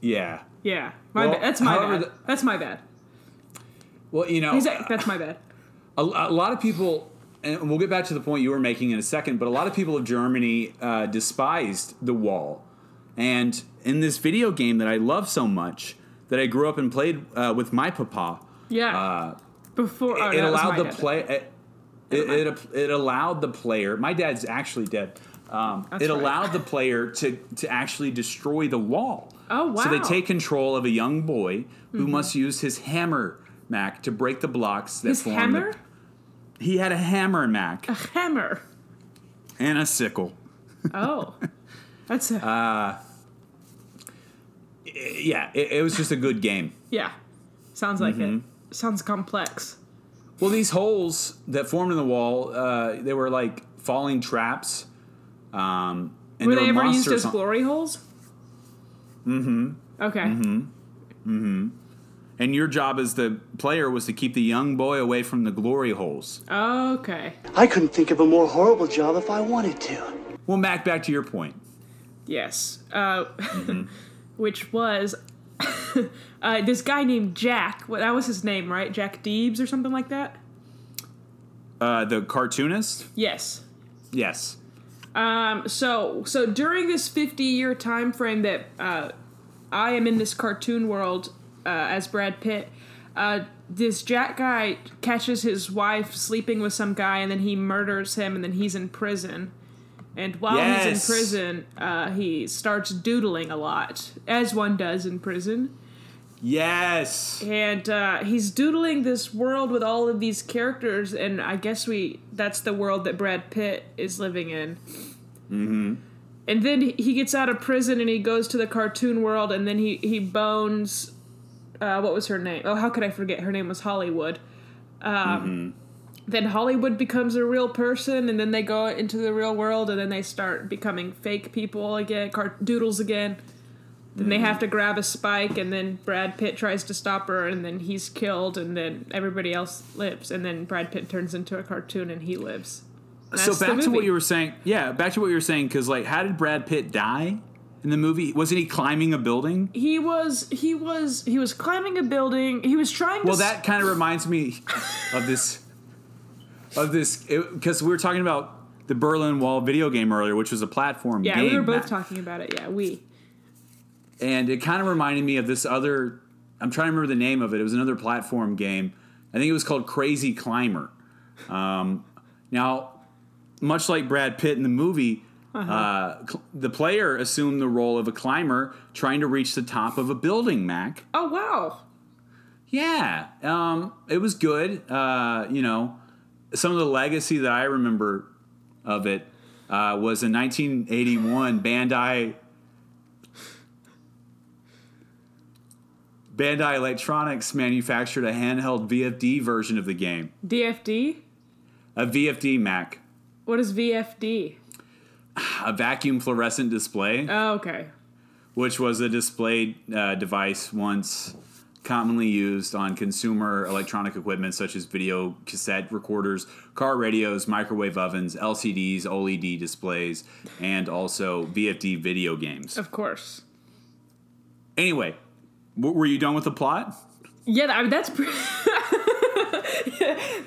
Speaker 5: Yeah.
Speaker 6: Yeah, my
Speaker 5: Well,
Speaker 6: bad. That's my
Speaker 5: however
Speaker 6: bad.
Speaker 5: the-
Speaker 6: that's my bad.
Speaker 5: Well, you know,
Speaker 6: He's like, that's my bad.
Speaker 5: a, a lot of people and we'll get back to the point you were making in a second but a lot of people of germany uh, despised the wall and in this video game that i love so much that i grew up and played uh, with my papa
Speaker 6: Yeah.
Speaker 5: uh,
Speaker 6: Before oh,
Speaker 5: it,
Speaker 6: no, that was
Speaker 5: allowed
Speaker 6: my
Speaker 5: the
Speaker 6: dad.
Speaker 5: play it, it, it, it allowed the player my dad's actually dead um, it
Speaker 6: right.
Speaker 5: allowed the player to, to actually destroy the wall
Speaker 6: Oh wow! Mm-hmm.
Speaker 5: so they take control of a young boy who must use his hammer mac to break the blocks that
Speaker 6: his
Speaker 5: form
Speaker 6: hammer,
Speaker 5: The, he had a hammer, Mac,
Speaker 6: hammer.
Speaker 5: and a sickle.
Speaker 6: Oh, that's a,
Speaker 5: Uh, Eh, Yeah, it, it was just a good game.
Speaker 6: yeah. Sounds like
Speaker 5: mm-hmm.
Speaker 6: it. Sounds complex.
Speaker 5: Well, these holes that formed in the wall, uh, they were like falling traps. Um, and
Speaker 6: Were
Speaker 5: there
Speaker 6: they
Speaker 5: were
Speaker 6: ever
Speaker 5: monsters
Speaker 6: used as
Speaker 5: on-
Speaker 6: glory holes? Mm-hmm. Okay.
Speaker 5: And your job as the player was to keep the young boy away from the glory holes.
Speaker 6: Okay.
Speaker 10: I couldn't think of a more horrible job if I wanted to.
Speaker 5: Well, Mac, back to your point.
Speaker 6: Yes. Uh, which was uh, this guy named Jack. Well, that was his name, right? Jack Deebs or something like that.
Speaker 5: Uh, the cartoonist?
Speaker 6: Yes.
Speaker 5: Yes.
Speaker 6: Um, so so during this 50 year time frame that uh, I am in this cartoon world uh, as Brad Pitt, uh, this Jack guy catches his wife sleeping with some guy and then he murders him and then he's in prison. And while he's
Speaker 5: Yes.
Speaker 6: in prison, uh, he starts doodling a lot, as one does in prison.
Speaker 5: Yes.
Speaker 6: and uh, he's doodling this world with all of these characters, and I guess we—that's the world that Brad Pitt is living in. Mm-hmm. And then he- he gets out of prison, and he goes to the cartoon world, and then he he bones. Uh, what was her name? Oh, how could I forget? Her name was Hollywood. Um,
Speaker 5: Mm-hmm.
Speaker 6: Then Hollywood becomes a real person, and then they go into the real world, and then they start becoming fake people again, cart- doodles again. Then
Speaker 5: Mm-hmm.
Speaker 6: they have to grab a spike, and then Brad Pitt tries to stop her, and then he's killed, and then everybody else lives, and then Brad Pitt turns into a cartoon, and he lives.
Speaker 5: So
Speaker 6: That's the
Speaker 5: back to what
Speaker 6: movie.
Speaker 5: you were saying. Yeah, back to what you were saying because like, how did Brad Pitt die in the movie? Wasn't he climbing a building?
Speaker 6: He was he was he was climbing a building. He was trying to.
Speaker 5: Well,
Speaker 6: s-
Speaker 5: that kind of reminds me of this, of this, because we were talking about the Berlin Wall video game earlier, which was a platform
Speaker 6: yeah,
Speaker 5: game.
Speaker 6: we were both
Speaker 5: Matt.
Speaker 6: talking about it. Yeah, we.
Speaker 5: and it kind of reminded me of this other. I'm trying to remember the name of it. It was another platform game. I think it was called Crazy Climber. Um, now, much like Brad Pitt in the movie, uh, cl- the player assumed the role of a climber trying to reach the top of a building. Mac.
Speaker 6: Oh wow.
Speaker 5: Yeah, um, it was good. Uh, you know, some of the legacy that I remember of it uh, was in 1981 Bandai Bandai Electronics manufactured a handheld VFD version of the game,
Speaker 6: DFD.
Speaker 5: a VFD Mac,
Speaker 6: What is VFD?
Speaker 5: a vacuum fluorescent display.
Speaker 6: Oh, okay.
Speaker 5: which was a display uh, device once commonly used on consumer electronic equipment such as video cassette recorders, car radios, microwave ovens, LCDs, OLED E displays, and also VFD video games.
Speaker 6: Of course.
Speaker 5: Anyway, w- were you done with the plot?
Speaker 6: Yeah, I mean, that's. Pre-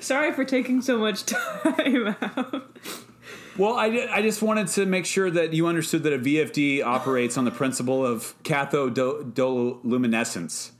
Speaker 6: Sorry for taking so much time out.
Speaker 5: Well, I, ju- I just wanted to make sure that you understood that a VFD operates on the principle of cathode do- doluminescence.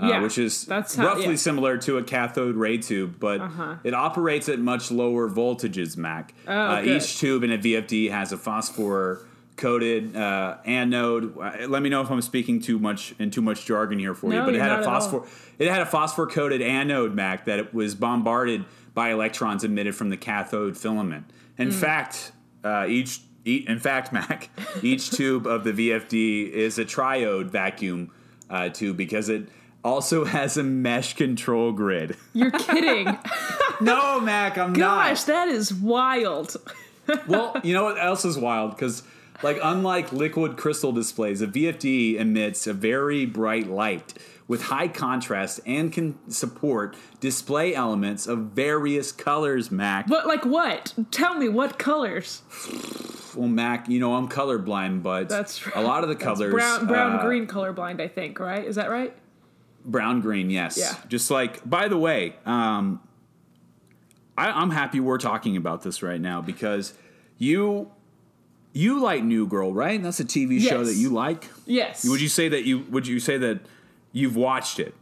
Speaker 5: uh,
Speaker 6: Yeah,
Speaker 5: which is
Speaker 6: that's how-
Speaker 5: roughly
Speaker 6: yeah. Uh-huh.
Speaker 5: similar to a cathode ray tube, but it operates at much lower voltages, Mac. uh,
Speaker 6: Oh, good.
Speaker 5: each tube in a VFD has a phosphor coated uh, anode. Uh, Let me know if I'm speaking too much in too much jargon here for you,
Speaker 6: No,
Speaker 5: but it
Speaker 6: you're
Speaker 5: had a
Speaker 6: not at all.
Speaker 5: phosphor it had a phosphor coated anode, Mac, that it was bombarded by electrons emitted from the cathode filament. In
Speaker 6: Hmm.
Speaker 5: fact, uh, each e- in fact, Mac, each tube of the VFD is a triode vacuum uh, tube because it also has a mesh control grid.
Speaker 6: You're kidding.
Speaker 5: no, Mac, I'm
Speaker 6: Gosh,
Speaker 5: not.
Speaker 6: that is wild.
Speaker 5: Well, you know what else is wild? Because like unlike liquid crystal displays, a VFD emits a very bright light with high contrast and can support display elements of various colors, Mac.
Speaker 6: But like what? Tell me what colors?
Speaker 5: Well, Mac, you know I'm colorblind, but
Speaker 6: That's
Speaker 5: a
Speaker 6: right.
Speaker 5: lot of the
Speaker 6: That's
Speaker 5: colors
Speaker 6: brown, brown,
Speaker 5: uh,
Speaker 6: green, colorblind. I think. Right? Is that right?
Speaker 5: brown green yes
Speaker 6: Yeah.
Speaker 5: just like by the way um I, i'm happy we're talking about this right now because you you like new girl right that's a tv show
Speaker 6: Yes.
Speaker 5: that you like
Speaker 6: Yes.
Speaker 5: would you say that you would you say that you've watched it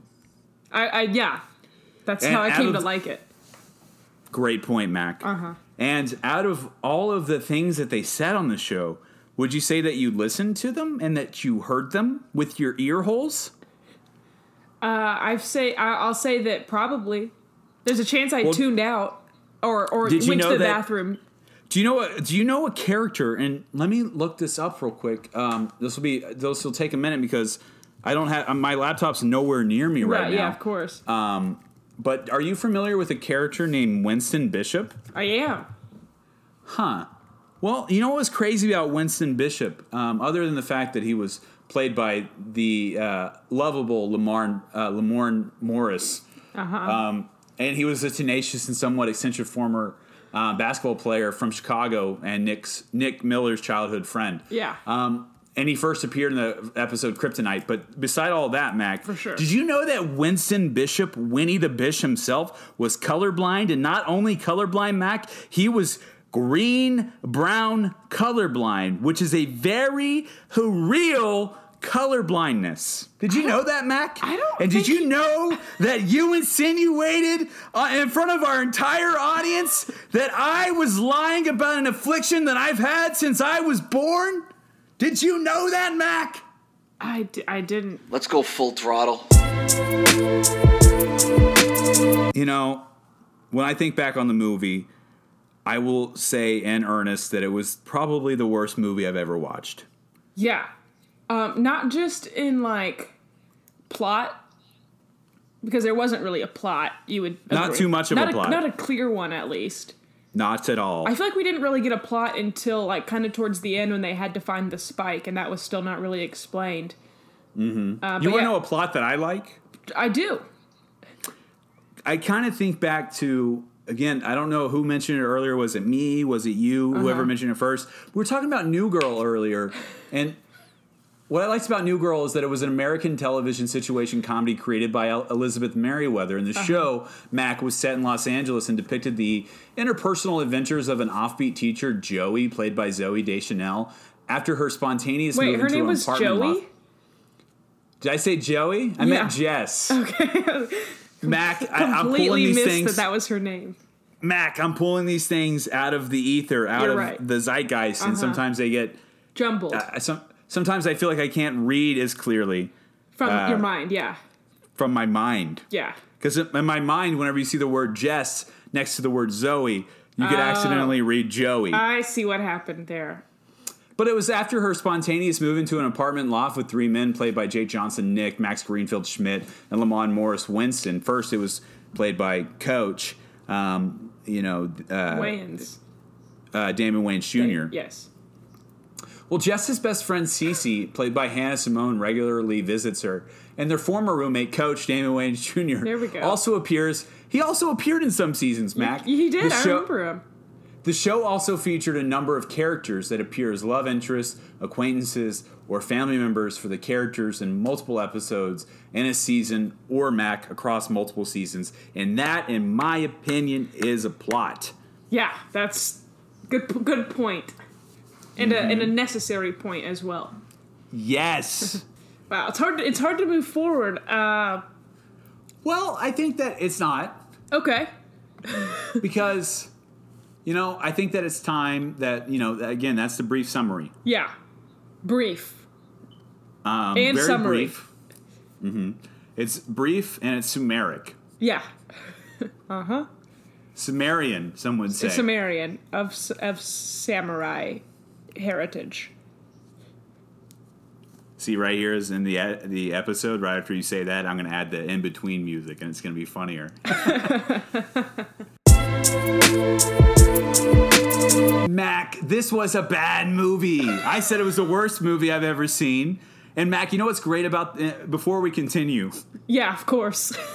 Speaker 6: I, I yeah. That's
Speaker 5: And
Speaker 6: how I
Speaker 5: out
Speaker 6: came
Speaker 5: of-
Speaker 6: to like it.
Speaker 5: great point mac uh-huh and out of all of the things that they said on the show would you say that you listened to them and that you heard them with your ear holes
Speaker 6: Uh, I've say I, I'll say that probably there's a chance I tuned out or or
Speaker 5: Did you
Speaker 6: went
Speaker 5: know
Speaker 6: to the
Speaker 5: that-
Speaker 6: bathroom.
Speaker 5: Do you know a, do you know a character? And let me look this up real quick. Um, this will be this will take a minute because I don't have my laptop's nowhere near me right,
Speaker 6: Right?
Speaker 5: now.
Speaker 6: yeah, of course.
Speaker 5: Um, but are you familiar with a character named Winston Bishop?
Speaker 6: I am.
Speaker 5: Huh. Well, you know what was crazy about Winston Bishop, um, other than the fact that he was played by the uh, lovable Lamar uh, Lamorne Morris, um, and he was a tenacious and somewhat eccentric former uh, basketball player from Chicago and Nick's Nick Miller's childhood friend.
Speaker 6: Yeah.
Speaker 5: Um, and he first appeared in the episode Kryptonite. But beside all that, Mac, for
Speaker 6: sure.
Speaker 5: Did you know that Winston Bishop, Winnie the Bish himself, was colorblind, and not only colorblind, Mac, he was green brown colorblind, which is a very real colorblindness. Did you know that, Mac?
Speaker 6: I don't
Speaker 5: And did
Speaker 6: think-
Speaker 5: you know that you insinuated uh, in front of our entire audience that I was lying about an affliction that I've had since I was born? Did you know that, Mac?
Speaker 6: I, d- I didn't.
Speaker 11: Let's go full throttle.
Speaker 5: You know, when I think back on the movie, I will say in earnest that it was probably the worst movie I've ever watched.
Speaker 6: Yeah. Um, not just in like plot, because there wasn't really a plot. You would
Speaker 5: Not
Speaker 6: agree.
Speaker 5: too much of
Speaker 6: Not
Speaker 5: a plot.
Speaker 6: not a clear one at least.
Speaker 5: Not at all.
Speaker 6: I feel like we didn't really get a plot until like kind of towards the end when they had to find the spike, and that was still not really explained. Mm-hmm. Uh,
Speaker 5: you
Speaker 6: but
Speaker 5: want
Speaker 6: yeah,
Speaker 5: to know a plot that I like?
Speaker 6: I do.
Speaker 5: I kind of think back to again. I don't know who mentioned it earlier. Was it me? Was it you?
Speaker 6: Uh-huh.
Speaker 5: Whoever mentioned it first. We were talking about New Girl earlier, and what I liked about New Girl is that it was an American television situation comedy created by El- Elizabeth Merriweather. And the
Speaker 6: Uh-huh.
Speaker 5: show Mac was set in Los Angeles and depicted the interpersonal adventures of an offbeat teacher, Joey, played by Zoe Deschanel, after her spontaneous
Speaker 6: Wait,
Speaker 5: move
Speaker 6: her
Speaker 5: into
Speaker 6: name
Speaker 5: an
Speaker 6: was
Speaker 5: apartment.
Speaker 6: Joey?
Speaker 5: loft- Did I say Joey? I meant
Speaker 6: Yeah.
Speaker 5: Jess. Okay. Mac, I, I'm pulling
Speaker 6: Completely
Speaker 5: these
Speaker 6: missed
Speaker 5: things.
Speaker 6: that that was her name.
Speaker 5: Mac, I'm pulling these things out of the ether, out
Speaker 6: You're
Speaker 5: of
Speaker 6: right.
Speaker 5: the zeitgeist, and
Speaker 6: Uh-huh.
Speaker 5: sometimes they get.
Speaker 6: Jumbled
Speaker 5: I- Some, sometimes I feel like I can't read as clearly
Speaker 6: from
Speaker 5: uh,
Speaker 6: your mind. Yeah.
Speaker 5: from my mind,
Speaker 6: Yeah.
Speaker 5: because in my mind, whenever you see the word Jess next to the word Zoe, you could
Speaker 6: Oh.
Speaker 5: accidentally read Joey.
Speaker 6: I see what happened there.
Speaker 5: But it was after her spontaneous move into an apartment loft with three men played by Jake Johnson, Nick, Max Greenfield Schmidt, and Lamont Morris Winston. First, it was played by Coach, um, you know, uh,
Speaker 6: Wayans.
Speaker 5: uh, Damon Wayans Jr.
Speaker 6: Yes.
Speaker 5: Well, Jess's best friend Cece, played by Hannah Simone, regularly visits her, and their former roommate, Coach Damon Wayans Jr.
Speaker 6: There we go.
Speaker 5: Also appears. He also appeared in some seasons, Mac.
Speaker 6: He did.
Speaker 5: The
Speaker 6: I
Speaker 5: show-
Speaker 6: remember him.
Speaker 5: The show also featured a number of characters that appear as love interests, acquaintances, or family members for the characters in multiple episodes in a season or Mac across multiple seasons, and that, in my opinion, is a plot.
Speaker 6: Yeah, that's good. Good point, and a
Speaker 5: Mm-hmm.
Speaker 6: and a necessary point as well.
Speaker 5: Yes.
Speaker 6: Wow, it's hard. To, it's hard to move forward. Uh,
Speaker 5: well, I think that it's not.
Speaker 6: okay.
Speaker 5: because you know i think that it's time that you know again that's the brief summary
Speaker 6: Yeah. Brief.
Speaker 5: um,
Speaker 6: And
Speaker 5: very
Speaker 6: summary.
Speaker 5: brief hmm it's brief and it's sumeric
Speaker 6: Yeah. uh huh.
Speaker 5: sumerian some would say
Speaker 6: Sumerian of s- of samurai heritage.
Speaker 5: see right here is in the e- the episode right after you say that i'm going to add the in between music and it's going to be funnier Mac, this was a bad movie. I said it was the worst movie I've ever seen. And Mac, you know what's great about eh, before we continue?
Speaker 6: Yeah, of course.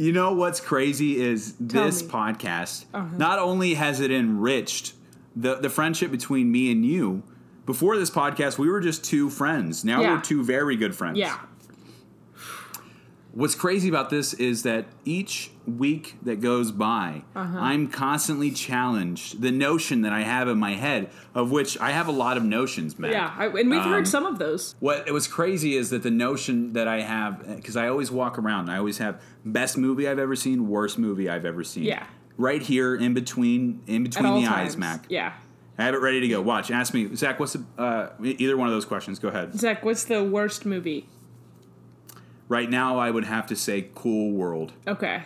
Speaker 5: You know what's crazy is
Speaker 6: Tell
Speaker 5: this
Speaker 6: me.
Speaker 5: podcast.
Speaker 6: Uh-huh.
Speaker 5: Not only has it enriched the the friendship between me and you. Before this podcast, we were just two friends. Now
Speaker 6: Yeah.
Speaker 5: we're two very good friends.
Speaker 6: yeah.
Speaker 5: What's crazy about this is that each week that goes by,
Speaker 6: Uh-huh.
Speaker 5: I'm constantly challenged. The notion that I have in my head, of which I have a lot of notions, Matt.
Speaker 6: Yeah, I, and we've
Speaker 5: Um,
Speaker 6: heard some of those.
Speaker 5: What it was crazy is that the notion that I have, because I always walk around, I always have best movie I've ever seen, worst movie I've ever seen.
Speaker 6: Yeah.
Speaker 5: Right here in between, in
Speaker 6: At
Speaker 5: between
Speaker 6: all
Speaker 5: the
Speaker 6: times.
Speaker 5: eyes, Mac.
Speaker 6: Yeah.
Speaker 5: I have it ready to go. Watch. Ask me, Zach. What's the, uh, e- either one of those questions? Go ahead.
Speaker 6: Zach, what's the worst movie?
Speaker 5: Right now, I would have to say Cool World.
Speaker 6: Okay.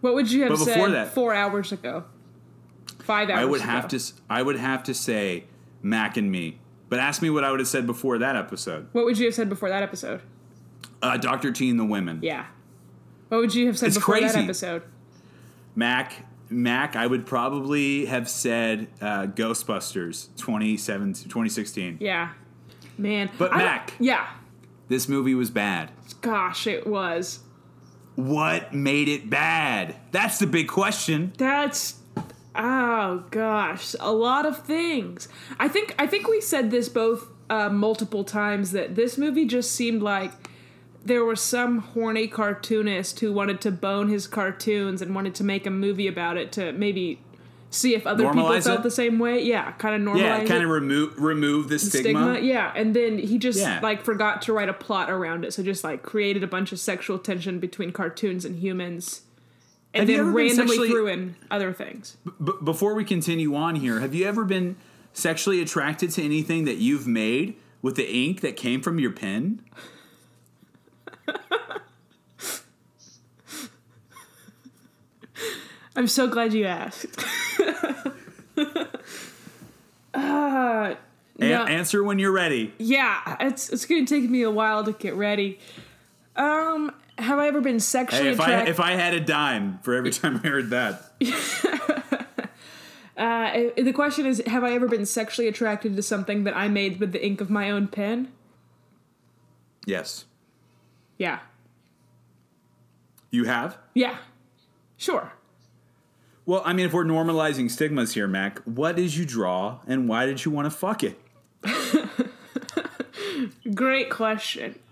Speaker 6: What would you have
Speaker 5: But before
Speaker 6: said
Speaker 5: that-
Speaker 6: four hours ago? Five hours
Speaker 5: I would
Speaker 6: ago.
Speaker 5: have to. s- I would have to say Mac and me. But ask me what I would have said before that episode.
Speaker 6: What would you have said before that episode?
Speaker 5: Uh, Doctor T and the Women.
Speaker 6: Yeah. What would you have said
Speaker 5: It's
Speaker 6: before that
Speaker 5: crazy.
Speaker 6: episode?
Speaker 5: Mac. Mac, I would probably have said uh, Ghostbusters 27 2016.
Speaker 6: Yeah. Man.
Speaker 5: But
Speaker 6: I don't-
Speaker 5: Mac.
Speaker 6: Yeah.
Speaker 5: This movie was bad.
Speaker 6: Gosh, it was.
Speaker 5: What made it bad? That's the big question.
Speaker 6: That's oh gosh, a lot of things. I think I think we said this both uh, multiple times that this movie just seemed like there was some horny cartoonist who wanted to bone his cartoons and wanted to make a movie about it to maybe see if other people
Speaker 5: Normalize
Speaker 6: felt
Speaker 5: it?
Speaker 6: the same way. Yeah, kind of normalize
Speaker 5: Yeah, kind
Speaker 6: it.
Speaker 5: of remove remove the stigma.
Speaker 6: stigma. Yeah, and then he just
Speaker 5: Yeah.
Speaker 6: like forgot to write a plot around it, so just like created a bunch of sexual tension between cartoons and humans, and
Speaker 5: Have you
Speaker 6: then
Speaker 5: ever been
Speaker 6: randomly
Speaker 5: sexually-
Speaker 6: threw in other things.
Speaker 5: B- before we continue on here, have you ever been sexually attracted to anything that you've made with the ink that came from your pen?
Speaker 6: I'm so glad you asked.
Speaker 5: A-
Speaker 6: No.
Speaker 5: Answer when you're ready.
Speaker 6: Uh, yeah, it's it's gonna take me a while to get ready. Um, have I ever been sexually
Speaker 5: Hey, if I
Speaker 6: attracted?
Speaker 5: if I had a dime for every time I heard that,
Speaker 6: Uh, the question is, have I ever been sexually attracted to something that I made with the ink of my own pen?
Speaker 5: yes,
Speaker 6: Yeah,
Speaker 5: you have.
Speaker 6: yeah, sure.
Speaker 5: Well, I mean, if we're normalizing stigmas here, Mac, what did you draw and why did you want to fuck it?
Speaker 6: Great question.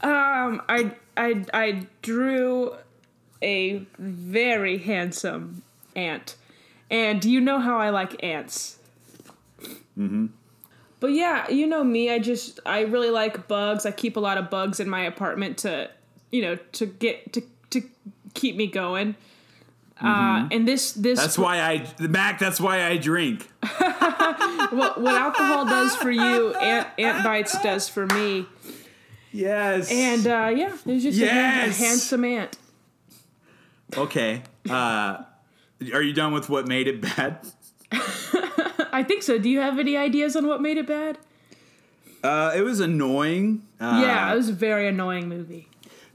Speaker 6: um, I I I drew a very handsome ant, and you know how I like ants. Mm-hmm.
Speaker 5: Mm-hmm.
Speaker 6: But yeah, you know me. I just I really like bugs. I keep a lot of bugs in my apartment to you know to get to to keep me going. Uh, and this this
Speaker 5: Mm-hmm. That's why I, Mac. That's why I drink.
Speaker 6: what, what alcohol does for you, ant, ant bites does for me.
Speaker 5: Yes.
Speaker 6: And uh, yeah, it was just a, hand- a
Speaker 5: Yes!
Speaker 6: handsome ant.
Speaker 5: okay, uh, are you done with what made it bad?
Speaker 6: I think so. Do you have any ideas on what made it bad?
Speaker 5: Uh, it was annoying. Uh,
Speaker 6: yeah, it was a very annoying movie.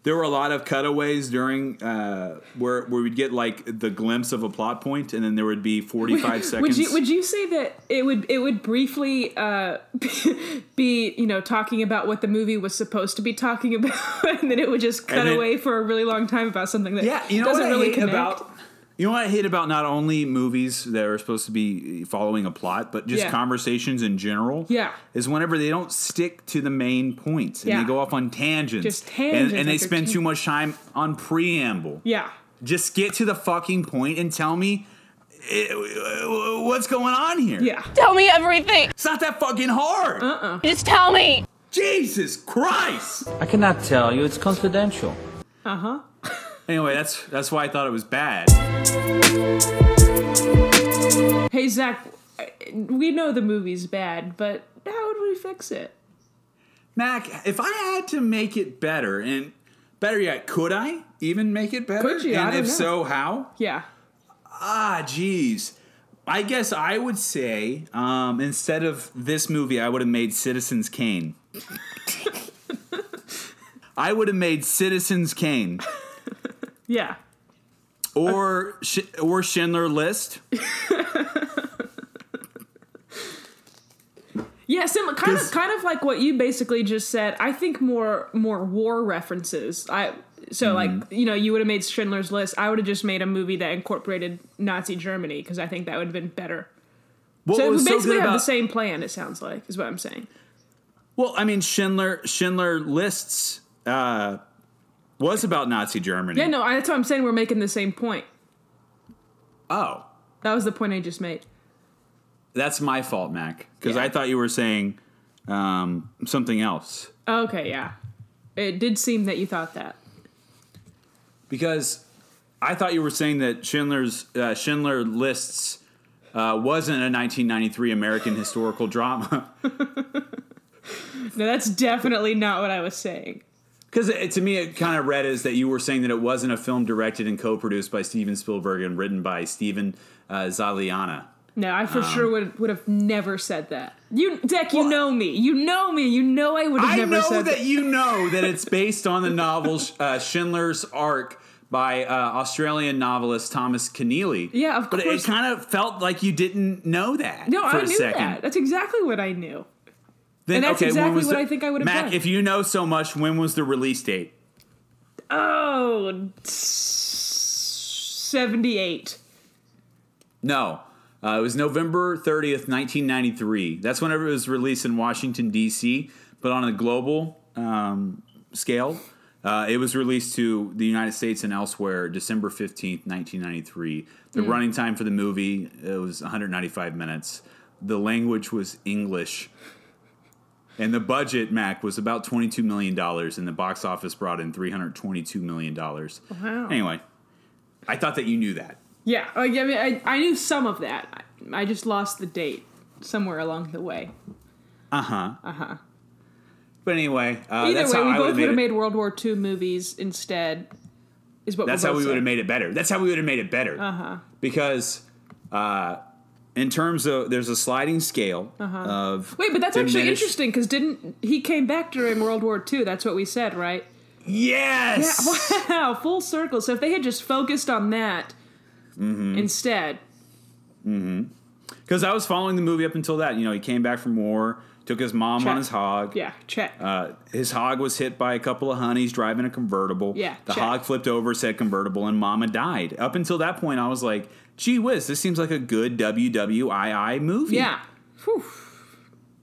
Speaker 5: there were a lot of cutaways during uh, where where we'd get like the glimpse of a plot point, and then there would be forty five seconds.
Speaker 6: Would you would you say that it would it would briefly uh, be you know talking about what the movie was supposed to be talking about, and then it would just cut
Speaker 5: And then-
Speaker 6: away for a really long time about something that
Speaker 5: Yeah, you know
Speaker 6: doesn't
Speaker 5: what I
Speaker 6: really
Speaker 5: hate
Speaker 6: connect?
Speaker 5: about you know what I hate about not only movies that are supposed to be following a plot, but just
Speaker 6: Yeah.
Speaker 5: conversations in general.
Speaker 6: Yeah.
Speaker 5: is whenever they don't stick to the main points and
Speaker 6: Yeah.
Speaker 5: they go off on tangents.
Speaker 6: Just
Speaker 5: and,
Speaker 6: tangents
Speaker 5: and they
Speaker 6: after
Speaker 5: spend
Speaker 6: tangents.
Speaker 5: too much time on preamble.
Speaker 6: yeah.
Speaker 5: Just get to the fucking point and tell me. eh, what's going on here?
Speaker 6: Yeah, Uh-uh.
Speaker 8: Tell me everything.
Speaker 5: It's not that fucking hard.
Speaker 8: Just tell me.
Speaker 5: Jesus Christ.
Speaker 11: I cannot tell you, it's confidential.
Speaker 6: Uh-huh.
Speaker 5: Anyway, that's that's why I thought it was bad.
Speaker 6: Hey Zach, I- we know the movie's bad, but how would we fix it?
Speaker 5: Mac, if I had to make it better, and better yet, could I even make it better?
Speaker 6: Could you? I
Speaker 5: And
Speaker 6: don't
Speaker 5: if
Speaker 6: know.
Speaker 5: so, how?
Speaker 6: Yeah,
Speaker 5: Ah, jeez. I guess I would say um, instead of this movie, I would have made Citizens Kane. I would have made Citizens Kane
Speaker 6: yeah.
Speaker 5: or Sh- or Schindler List.
Speaker 6: Yeah, similar, kind of,
Speaker 5: 'Cause-
Speaker 6: kind of like what you basically just said. I think more, more war references. I
Speaker 5: Mm-hmm.
Speaker 6: so like you know you would have made Schindler's List. I would have just made a movie that incorporated Nazi Germany because I think that would have been better.
Speaker 5: What
Speaker 6: So we
Speaker 5: was so
Speaker 6: basically
Speaker 5: good
Speaker 6: have the
Speaker 5: about?
Speaker 6: same plan. It sounds like is what I'm saying.
Speaker 5: well, I mean, Schindler Schindler Lists uh, was about Nazi Germany.
Speaker 6: Yeah, no, I, that's what I'm saying. We're making the same point.
Speaker 5: Oh.
Speaker 6: That was the point I just made.
Speaker 5: That's my fault, Mac, because
Speaker 6: Yeah.
Speaker 5: I thought you were saying um, something else.
Speaker 6: Okay, yeah, it did seem that you thought that.
Speaker 5: Because I thought you were saying that Schindler's uh, Schindler lists uh, wasn't a 1993 American historical drama.
Speaker 6: No, that's definitely not what I was saying.
Speaker 5: Because to me, it kind of read as that you were saying that it wasn't a film directed and co-produced by Steven Spielberg and written by Steven uh, Zaliana.
Speaker 6: No, I for
Speaker 5: Oh.
Speaker 6: sure would would have never said that. You, Deck, you know me. You know me. You know I would have
Speaker 5: I
Speaker 6: never
Speaker 5: know
Speaker 6: said
Speaker 5: that, you know that it's based on the novel uh, Schindler's Ark by uh, Australian novelist Thomas Keneally.
Speaker 6: Yeah, of
Speaker 5: but
Speaker 6: course.
Speaker 5: it kind of felt like you didn't know that.
Speaker 6: No,
Speaker 5: for
Speaker 6: I
Speaker 5: a
Speaker 6: knew
Speaker 5: second.
Speaker 6: that. That's exactly what I knew.
Speaker 5: Then,
Speaker 6: and that's
Speaker 5: okay, when
Speaker 6: exactly
Speaker 5: was
Speaker 6: what
Speaker 5: the-
Speaker 6: I think I would have
Speaker 5: Mac,
Speaker 6: done.
Speaker 5: if you know so much, when was the release date?
Speaker 6: Oh, t- 78.
Speaker 5: No. Uh, it was November 30th, 1993. That's whenever it was released in Washington, D.C., but on a global um, scale, uh, it was released to the United States and elsewhere December 15th, 1993. The running time for the movie it was 195 minutes. The language was English. And the budget, Mac, was about $22 million, and the box office brought in $322 million. Wow. Anyway, I thought that you knew that.
Speaker 6: Yeah, like, I mean, I, I knew some of that. I, I just lost the date somewhere along the way.
Speaker 5: Uh huh.
Speaker 6: Uh huh.
Speaker 5: But anyway, uh,
Speaker 6: Either
Speaker 5: that's
Speaker 6: way,
Speaker 5: how
Speaker 6: we
Speaker 5: I
Speaker 6: both
Speaker 5: would
Speaker 6: would
Speaker 5: have
Speaker 6: have
Speaker 5: made.
Speaker 6: made World War II movies instead. Is what
Speaker 5: It, that's
Speaker 6: we're
Speaker 5: how we
Speaker 6: both
Speaker 5: would have made it better. That's how we would have made it better.
Speaker 6: Uh huh.
Speaker 5: Because, uh, in terms of there's a sliding scale
Speaker 6: Uh-huh.
Speaker 5: of
Speaker 6: Wait, but that's actually
Speaker 5: diminished-
Speaker 6: interesting because didn't he came back during World War II? That's what we said, right?
Speaker 5: Yes.
Speaker 6: Yeah, wow, full circle. So if they had just focused on that
Speaker 5: Mm-hmm.
Speaker 6: instead,
Speaker 5: Mm-hmm. Because I was following the movie up until that. You know, he came back from war, took his mom
Speaker 6: Check.
Speaker 5: on his hog.
Speaker 6: yeah, check.
Speaker 5: Uh, his hog was hit by a couple of honeys driving a convertible.
Speaker 6: Yeah,
Speaker 5: The
Speaker 6: check.
Speaker 5: hog flipped over, said convertible, and Mama died. Up until that point, I was like, gee whiz, this seems like a good WWII movie.
Speaker 6: Yeah. Whew.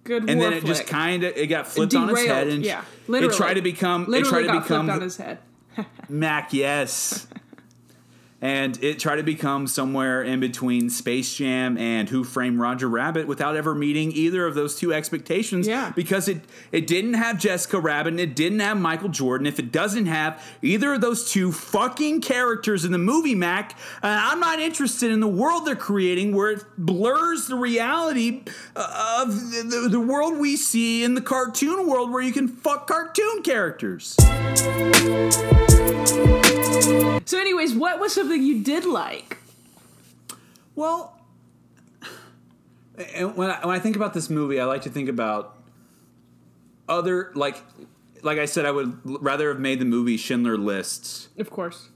Speaker 6: Good.
Speaker 5: And
Speaker 6: war
Speaker 5: then it just
Speaker 6: flick.
Speaker 5: kind of it got flipped on its head
Speaker 6: Derailed,
Speaker 5: and
Speaker 6: yeah,
Speaker 5: it
Speaker 6: literally.
Speaker 5: tried to become
Speaker 6: literally
Speaker 5: it tried to
Speaker 6: got
Speaker 5: become
Speaker 6: flipped on his head.
Speaker 5: Mac, yes. and it tried to become somewhere in between Space Jam and Who Framed Roger Rabbit without ever meeting either of those two expectations.
Speaker 6: Yeah.
Speaker 5: Because it it didn't have Jessica Rabbit and it didn't have Michael Jordan. If it doesn't have either of those two fucking characters in the movie, Mac, uh, I'm not interested in the world they're creating where it blurs the reality uh, of the, the, the world we see in the cartoon world where you can fuck cartoon characters.
Speaker 6: So, anyways, what was something you did like?
Speaker 5: Well, and when I, when I think about this movie, I like to think about other like like I said, I would l- rather have made the movie Schindler lists.
Speaker 6: Of course.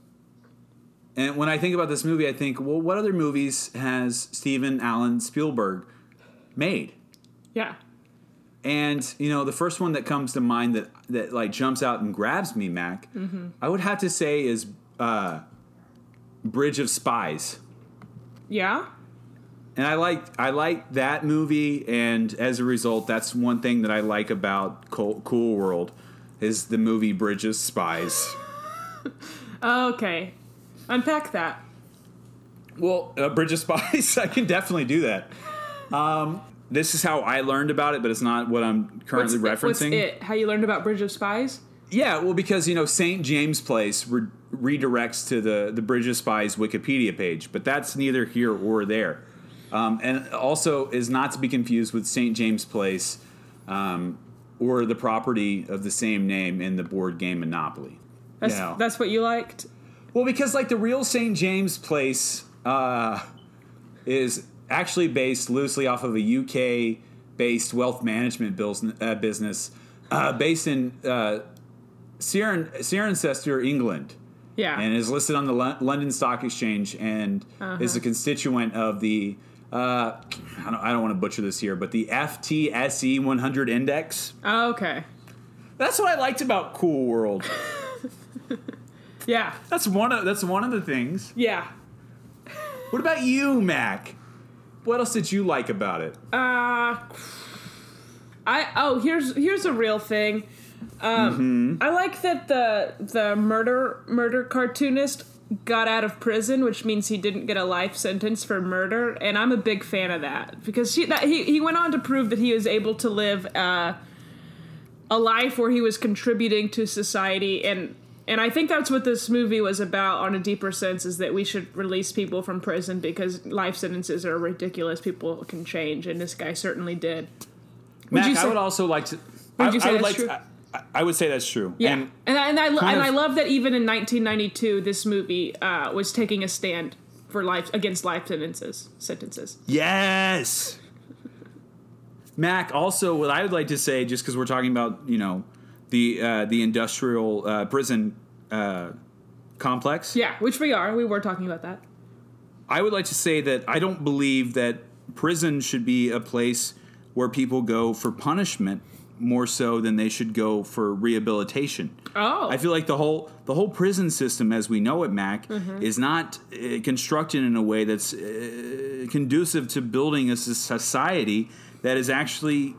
Speaker 5: And when I think about this movie, I think, well, what other movies has Steven Allen Spielberg made?
Speaker 6: Yeah.
Speaker 5: And you know, the first one that comes to mind that that like jumps out and grabs me, Mac,
Speaker 6: Mm-hmm.
Speaker 5: I would have to say is uh, Bridge of Spies.
Speaker 6: Yeah.
Speaker 5: and I like I like that movie, and as a result, that's one thing that I like about Cool, cool World is the movie Bridges Spies.
Speaker 6: Okay. Unpack that.
Speaker 5: Well, uh, Bridges Spies, I can definitely do that. Um, this is how I learned about it, but it's not what I'm currently
Speaker 6: What's-
Speaker 5: referencing.
Speaker 6: What's it? How you learned about Bridge of Spies?
Speaker 5: Yeah, well, because you know St. James Place re- redirects to the the Bridge of Spies Wikipedia page, but that's neither here or there, um, and also is not to be confused with St. James Place um, or the property of the same name in the board game Monopoly.
Speaker 6: That's
Speaker 5: Yeah.
Speaker 6: that's what you liked.
Speaker 5: Well, because like the real St. James Place uh, is actually based loosely off of a UK based wealth management bills, uh, business uh, based in uh, Ciren, Cirencester, England,
Speaker 6: Yeah.
Speaker 5: and is listed on the Lon- London Stock Exchange and is
Speaker 6: Uh-huh.
Speaker 5: a constituent of the. Uh, I don't, I don't want to butcher this here, but the FTSE 100 E index.
Speaker 6: okay.
Speaker 5: That's what I liked about Cool World.
Speaker 6: Yeah.
Speaker 5: That's one of that's one of the things.
Speaker 6: Yeah.
Speaker 5: What about you, Mac? What else did you like about it?
Speaker 6: Uh I oh here's here's a real thing. Um, I like that the the murder murder cartoonist got out of prison, which means he didn't get a life sentence for murder, and I'm a big fan of that because he that, he he went on to prove that he was able to live uh, a life where he was contributing to society and. And I think that's what this movie was about on a deeper sense is that we should release people from prison because life sentences are ridiculous. People can change, and this guy certainly did. Would
Speaker 5: Mac,
Speaker 6: you
Speaker 5: I
Speaker 6: say-
Speaker 5: would also like to.
Speaker 6: Would
Speaker 5: I,
Speaker 6: you say
Speaker 5: I would
Speaker 6: that's
Speaker 5: like
Speaker 6: true?
Speaker 5: To, I, I- I would say that's true.
Speaker 6: Yeah,
Speaker 5: And
Speaker 6: and, I, and I lo-
Speaker 5: kind
Speaker 6: and
Speaker 5: of-
Speaker 6: I love that even in 1992, this movie uh, was taking a stand for life against life sentences. Sentences.
Speaker 5: yes, Mac. Also, what I would like to say, just because we're talking about you know the uh, the industrial uh, prison uh, complex,
Speaker 6: Yeah, which we are. We were talking about that.
Speaker 5: I would like to say that I don't believe that prison should be a place where people go for punishment more so than they should go for rehabilitation.
Speaker 6: Oh,
Speaker 5: I feel like the whole the whole prison system as we know it, Mac,
Speaker 6: Mhm.
Speaker 5: is not uh, constructed in a way that's uh, conducive to building a s- society that is actually,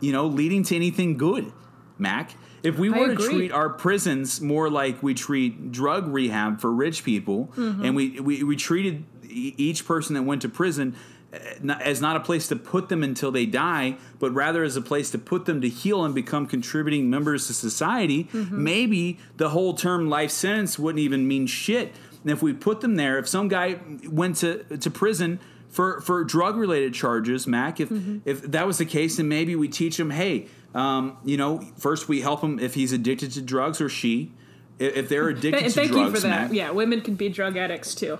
Speaker 5: you know, leading to anything good, Mac. If we
Speaker 6: I
Speaker 5: were to
Speaker 6: agree.
Speaker 5: treat our prisons more like we treat drug rehab for rich people,
Speaker 6: Mhm.
Speaker 5: and we, we we treated e- each person that went to prison uh, not- as not a place to put them until they die, but rather as a place to put them to heal and become contributing members to society,
Speaker 6: Mm-hmm.
Speaker 5: maybe the whole term life sentence wouldn't even mean shit. And if we put them there, if some guy went to, to prison for for drug related charges, Mac. If
Speaker 6: Mm-hmm.
Speaker 5: if that was the case, then maybe we teach him, hey, um, you know, first we help him if he's addicted to drugs or she. I- If they're addicted
Speaker 6: Th-
Speaker 5: to
Speaker 6: thank
Speaker 5: drugs,
Speaker 6: you for that.
Speaker 5: Mac,
Speaker 6: Yeah, women can be drug addicts too.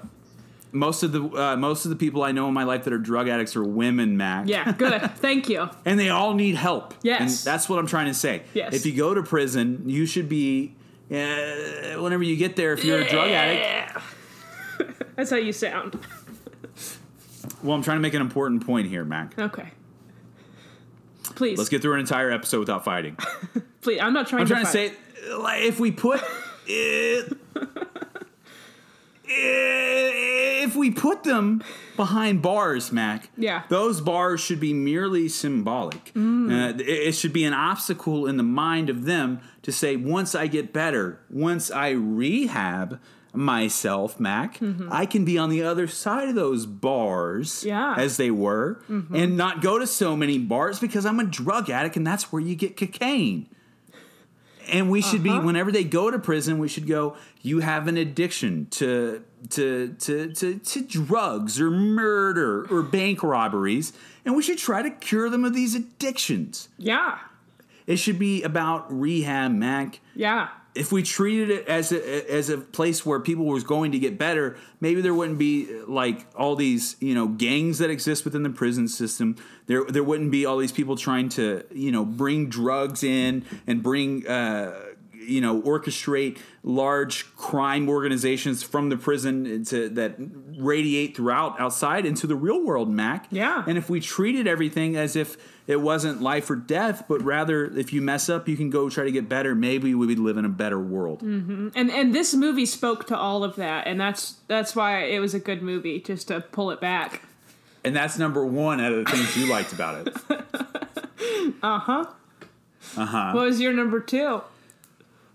Speaker 5: most of the uh, most of the people I know in my life that are drug addicts are women, Mac.
Speaker 6: Yeah, good. thank you.
Speaker 5: and they all need help.
Speaker 6: Yes.
Speaker 5: and that's what I'm trying to say.
Speaker 6: Yes.
Speaker 5: if you go to prison, you should be. Uh, whenever you get there, if you're a drug addict,
Speaker 6: That's how you sound.
Speaker 5: well, I'm trying to make an important point here, Mac.
Speaker 6: Okay. Please,
Speaker 5: Let's get through an entire episode without fighting.
Speaker 6: please. I'm not trying.
Speaker 5: I'm
Speaker 6: to
Speaker 5: trying to
Speaker 6: fight.
Speaker 5: say, like, if we put it, eh, if we put them behind bars, Mac,
Speaker 6: Yeah. Mm.
Speaker 5: those bars should be merely symbolic. Uh, it, it should be an obstacle in the mind of them to say, once I get better, once I rehab myself, Mac, I can be on the other side of those bars,
Speaker 6: Mm-hmm. Yeah.
Speaker 5: as they were, and not go to so many bars because I'm a drug addict, and that's where you get cocaine. And we should be whenever they go to prison, we should go. You have an addiction to to to to, to drugs or murder or bank robberies, and we should try to cure them of these addictions.
Speaker 6: Yeah,
Speaker 5: It should be about rehab, Mac.
Speaker 6: yeah.
Speaker 5: If we treated it as a as a place where people was going to get better, maybe there wouldn't be like all these you know gangs that exist within the prison system. There there wouldn't be all these people trying to you know bring drugs in and bring. Uh, you know orchestrate large crime organizations from the prison to that radiate throughout outside into the real world mac
Speaker 6: Yeah.
Speaker 5: and if we treated everything as if it wasn't life or death but rather if you mess up you can go try to get better maybe we would live in a better world
Speaker 6: And and this movie spoke to all of that, and that's that's why it was a good movie. Just to pull it back.
Speaker 5: and that's number one out of the things you liked about it Uh-huh.
Speaker 6: What was your number two?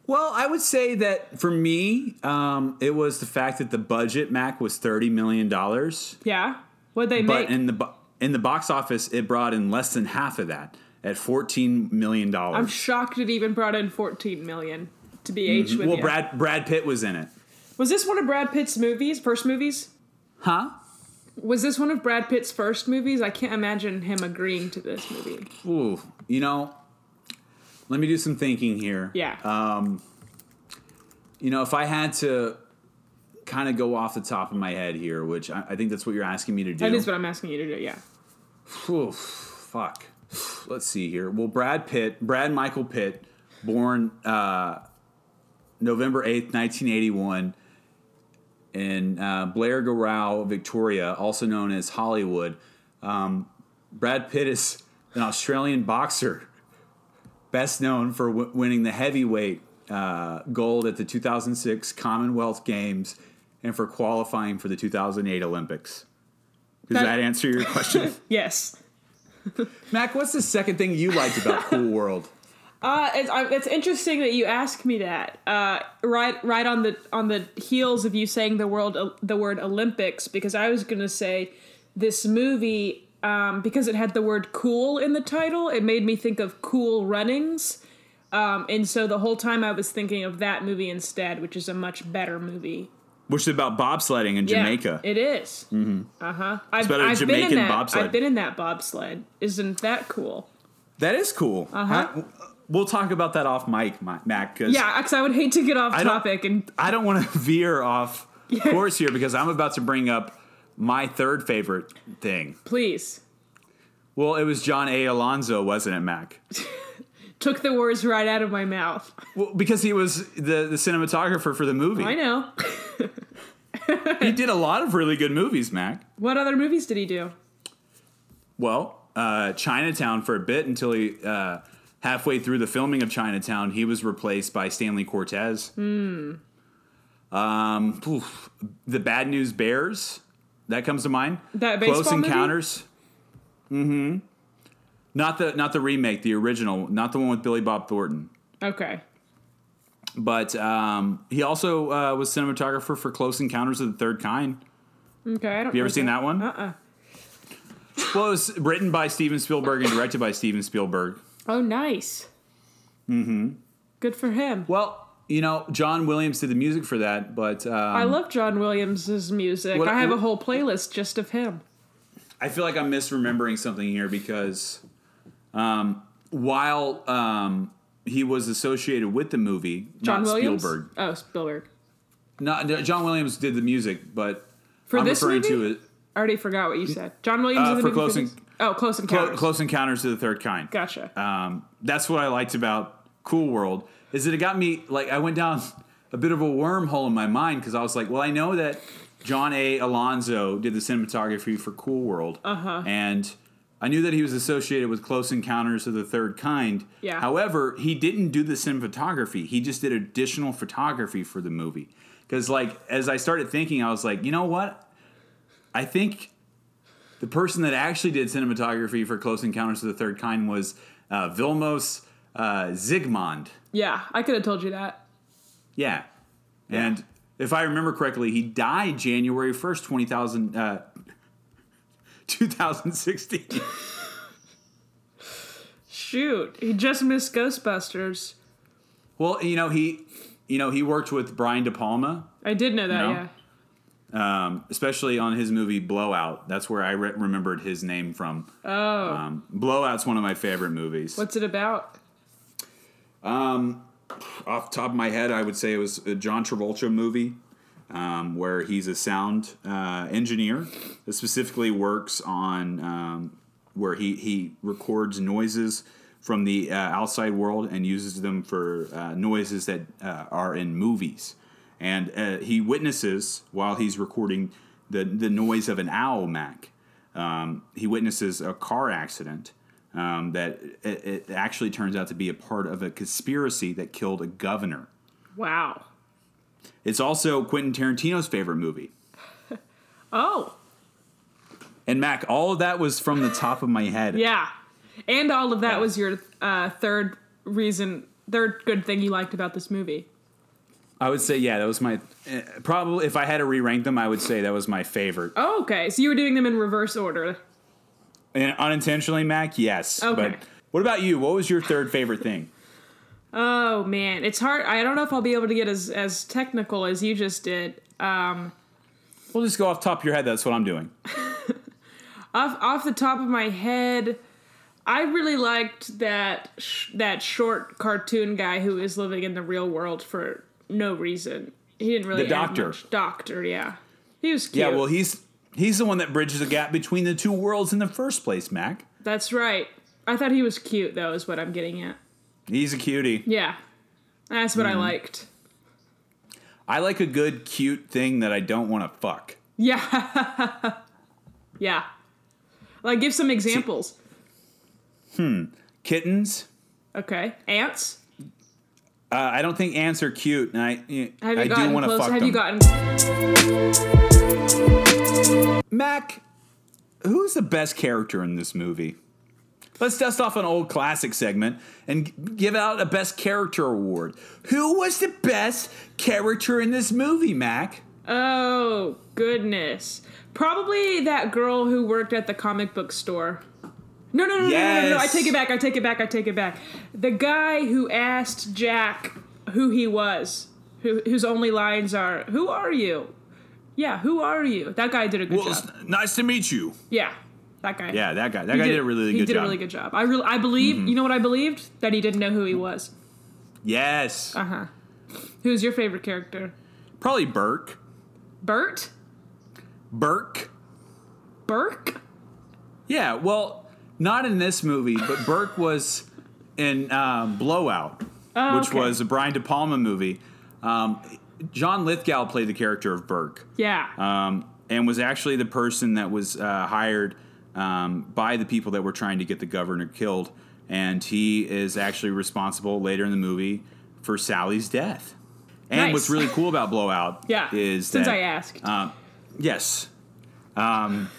Speaker 5: Well, I would say that for me, um, it was the fact that the budget Mac was thirty million dollars,
Speaker 6: Yeah. What they
Speaker 5: but
Speaker 6: make?
Speaker 5: in the bo- in the box office, it brought in less than half of that at fourteen million
Speaker 6: I'm
Speaker 5: dollars.
Speaker 6: shocked it even brought in 14 million. To be H with
Speaker 5: Mm-hmm. well,
Speaker 6: you.
Speaker 5: Brad Brad Pitt was in it,
Speaker 6: was this one of Brad Pitt's movies? First movies?
Speaker 5: huh?
Speaker 6: Was this one of Brad Pitt's first movies? I can't imagine him agreeing to this movie.
Speaker 5: Ooh, you know, let me do some thinking here.
Speaker 6: Yeah.
Speaker 5: Uh, You know, if I had to kind of go off the top of my head here, which I, I think that's what you're asking me to do.
Speaker 6: that is what I'm asking you to do. Yeah.
Speaker 5: Ooh, fuck. Let's see here. Well, Brad Pitt, Brad Michael Pitt, born uh, November 8th, 1981, in uh, Blair Garow, Victoria, also known as Hollywood. Um, Brad Pitt is an Australian boxer, best known for w- winning the heavyweight uh, gold at the 2006 Commonwealth Games and for qualifying for the 2008 Olympics. Does
Speaker 6: That-
Speaker 5: that answer your question?
Speaker 6: Yes.
Speaker 5: Mac, what's the second thing you liked about Cool World?
Speaker 6: Uh, it's, I, it's interesting that you asked me that. Uh, right, right on the on the heels of you saying the world the word Olympics, because I was gonna say this movie um, because it had the word cool in the title. It made me think of Cool Runnings, um, and so the whole time I was thinking of that movie instead, which is a much better movie.
Speaker 5: Which is about bobsledding in
Speaker 6: Yeah,
Speaker 5: Jamaica. Mm-hmm.
Speaker 6: it is. Uh huh. I've,
Speaker 5: better than
Speaker 6: I've been in
Speaker 5: Jamaican
Speaker 6: that.
Speaker 5: bobsled.
Speaker 6: I've been in that bobsled. Isn't that cool?
Speaker 5: that is cool.
Speaker 6: Uh-huh.
Speaker 5: I- we'll talk about that off mic, Mi- Mac, because
Speaker 6: Yeah, because I would hate to get off
Speaker 5: don't-
Speaker 6: topic and
Speaker 5: I don't want to veer off course here because I'm about to bring up my third favorite thing.
Speaker 6: please.
Speaker 5: Well, it was John A. Alonso, wasn't it, Mac?
Speaker 6: took the words right out of my mouth.
Speaker 5: Well, because he was the, the cinematographer for the movie.
Speaker 6: I know.
Speaker 5: He did a lot of really good movies, Mac.
Speaker 6: What other movies did he do?
Speaker 5: Well, uh, Chinatown for a bit until he uh, halfway through the filming of Chinatown, he was replaced by Stanley Cortez.
Speaker 6: Hmm.
Speaker 5: Um, oof, the Bad News Bears that comes to mind.
Speaker 6: That
Speaker 5: Close
Speaker 6: baseball movie?
Speaker 5: Encounters. Mm-hmm. Not the not the remake, the original, not the one with Billy Bob Thornton.
Speaker 6: Okay.
Speaker 5: But um, he also uh, was cinematographer for Close Encounters of the Third Kind.
Speaker 6: Okay. I don't
Speaker 5: Have you ever seen that one?
Speaker 6: Uh uh
Speaker 5: Well, it was written by Steven Spielberg and directed by Steven Spielberg.
Speaker 6: Oh, nice. Mm hmm.
Speaker 5: Mm-hmm.
Speaker 6: Good for him.
Speaker 5: Well, you know, John Williams did the music for that, but um,
Speaker 6: I love John Williams' music.
Speaker 5: What-
Speaker 6: I have a whole playlist just of him.
Speaker 5: I feel like I'm misremembering something here because um, while um, he was associated with the movie,
Speaker 6: John
Speaker 5: not
Speaker 6: Williams.
Speaker 5: Spielberg.
Speaker 6: Oh, Spielberg.
Speaker 5: Not, no, John Williams did the music, but
Speaker 6: For
Speaker 5: I'm
Speaker 6: this
Speaker 5: referring
Speaker 6: movie?
Speaker 5: to it.
Speaker 6: I already forgot what you said. John Williams
Speaker 5: Uh,
Speaker 6: in the
Speaker 5: for
Speaker 6: movie
Speaker 5: Close
Speaker 6: this-
Speaker 5: En-
Speaker 6: Oh, Close
Speaker 5: Clo-
Speaker 6: Encounters.
Speaker 5: Close Encounters to the Third Kind.
Speaker 6: Gotcha.
Speaker 5: Um, that's what I liked about Cool World is that it got me like I went down a bit of a wormhole in my mind because I was like, well, I know that John A. Alonso did the cinematography for Cool World,
Speaker 6: Uh-huh.
Speaker 5: and I knew that he was associated with Close Encounters of the Third Kind.
Speaker 6: Yeah.
Speaker 5: However, he didn't do the cinematography; he just did additional photography for the movie. Because like as I started thinking, I was like, you know what? I think the person that actually did cinematography for Close Encounters of the Third Kind was uh, Vilmos uh, Zsigmond.
Speaker 6: yeah, I could have told you that.
Speaker 5: Yeah. And if I remember correctly, he died January 1st, 20,000, uh, 2016.
Speaker 6: Shoot, he just missed Ghostbusters.
Speaker 5: well, you know, he you know, he worked with Brian De Palma,
Speaker 6: I did know that.
Speaker 5: No.
Speaker 6: Yeah.
Speaker 5: um, especially on his movie Blowout. That's where I re- remembered his name from.
Speaker 6: Oh,
Speaker 5: Um, Blowout's one of my favorite movies.
Speaker 6: what's it about?
Speaker 5: Um, off the top of my head, I would say it was a John Travolta movie um, where he's a sound uh, engineer that specifically works on um, where he, he records noises from the uh, outside world and uses them for uh, noises that uh, are in movies. And uh, he witnesses while he's recording the, the noise of an owl mac. Um, he witnesses a car accident um, that it, it actually turns out to be a part of a conspiracy that killed a governor.
Speaker 6: Wow.
Speaker 5: It's also Quentin Tarantino's favorite movie.
Speaker 6: Oh,
Speaker 5: And Mac, all of that was from the top of my head.
Speaker 6: yeah. And all of that was your uh, third reason, third good thing you liked about this movie.
Speaker 5: I would say, yeah, that was my eh, probably. If I had to re rank them, I would say that was my favorite.
Speaker 6: Oh, okay. So you were doing them in reverse order.
Speaker 5: And unintentionally, Mac, yes.
Speaker 6: Okay.
Speaker 5: But what about you? What was your third favorite thing?
Speaker 6: Oh man, it's hard. I don't know if I'll be able to get as as technical as you just did. Um,
Speaker 5: We'll just go off the top of your head. That's what I'm doing.
Speaker 6: off off the top of my head, I really liked that sh- that short cartoon guy who is living in the real world for no reason. He didn't really
Speaker 5: The
Speaker 6: add
Speaker 5: doctor.
Speaker 6: much. Doctor, yeah, he was cute.
Speaker 5: Yeah. Well, he's he's the one that bridges the gap between the two worlds in the first place, Mac.
Speaker 6: that's right. I thought he was cute though. Is what I'm getting at.
Speaker 5: He's a cutie.
Speaker 6: Yeah, that's what I liked.
Speaker 5: I like a good cute thing that I don't want to fuck.
Speaker 6: Yeah, yeah. Like, give some examples.
Speaker 5: Hmm. Kittens.
Speaker 6: Okay, ants.
Speaker 5: Uh, I don't think ants are cute, and I eh,
Speaker 6: Have you
Speaker 5: I do
Speaker 6: gotten
Speaker 5: want to
Speaker 6: close?
Speaker 5: fuck
Speaker 6: Have
Speaker 5: them.
Speaker 6: you gotten?
Speaker 5: Mac, who's the best character in this movie? Let's dust off an old classic segment and g- give out a best character award. Who was the best character in this movie, Mac?
Speaker 6: Oh, goodness. Probably that girl who worked at the comic book store. No, no, no, no, no, no, no. I
Speaker 5: Yes.
Speaker 6: take it back. I take it back. I take it back. The guy who asked Jack who he was, who, whose only lines are, Who are you? Yeah, who are you? That guy did a good job.
Speaker 5: nice to meet you.
Speaker 6: Yeah, that guy.
Speaker 5: Yeah, that guy. That
Speaker 6: He
Speaker 5: guy did, a really
Speaker 6: he
Speaker 5: good
Speaker 6: did
Speaker 5: job. Mm-hmm.
Speaker 6: a really good job. I really, I believe. You know what I believed? That he didn't know who he was.
Speaker 5: Yes,
Speaker 6: Uh huh. Who's your favorite character?
Speaker 5: probably Burke.
Speaker 6: Bert?
Speaker 5: Burke.
Speaker 6: Burke?
Speaker 5: Yeah, well, not in this movie, but Burke was in um, Blowout,
Speaker 6: Oh,
Speaker 5: which
Speaker 6: okay.
Speaker 5: was a Brian De Palma movie. Um, John Lithgow played the character of Burke
Speaker 6: Yeah.
Speaker 5: um, and was actually the person that was uh, hired um, by the people that were trying to get the governor killed. And he is actually responsible later in the movie for Sally's death. And
Speaker 6: Nice.
Speaker 5: what's really cool about Blowout
Speaker 6: Yeah,
Speaker 5: is
Speaker 6: since
Speaker 5: that,
Speaker 6: I asked.
Speaker 5: uh, yes. Um,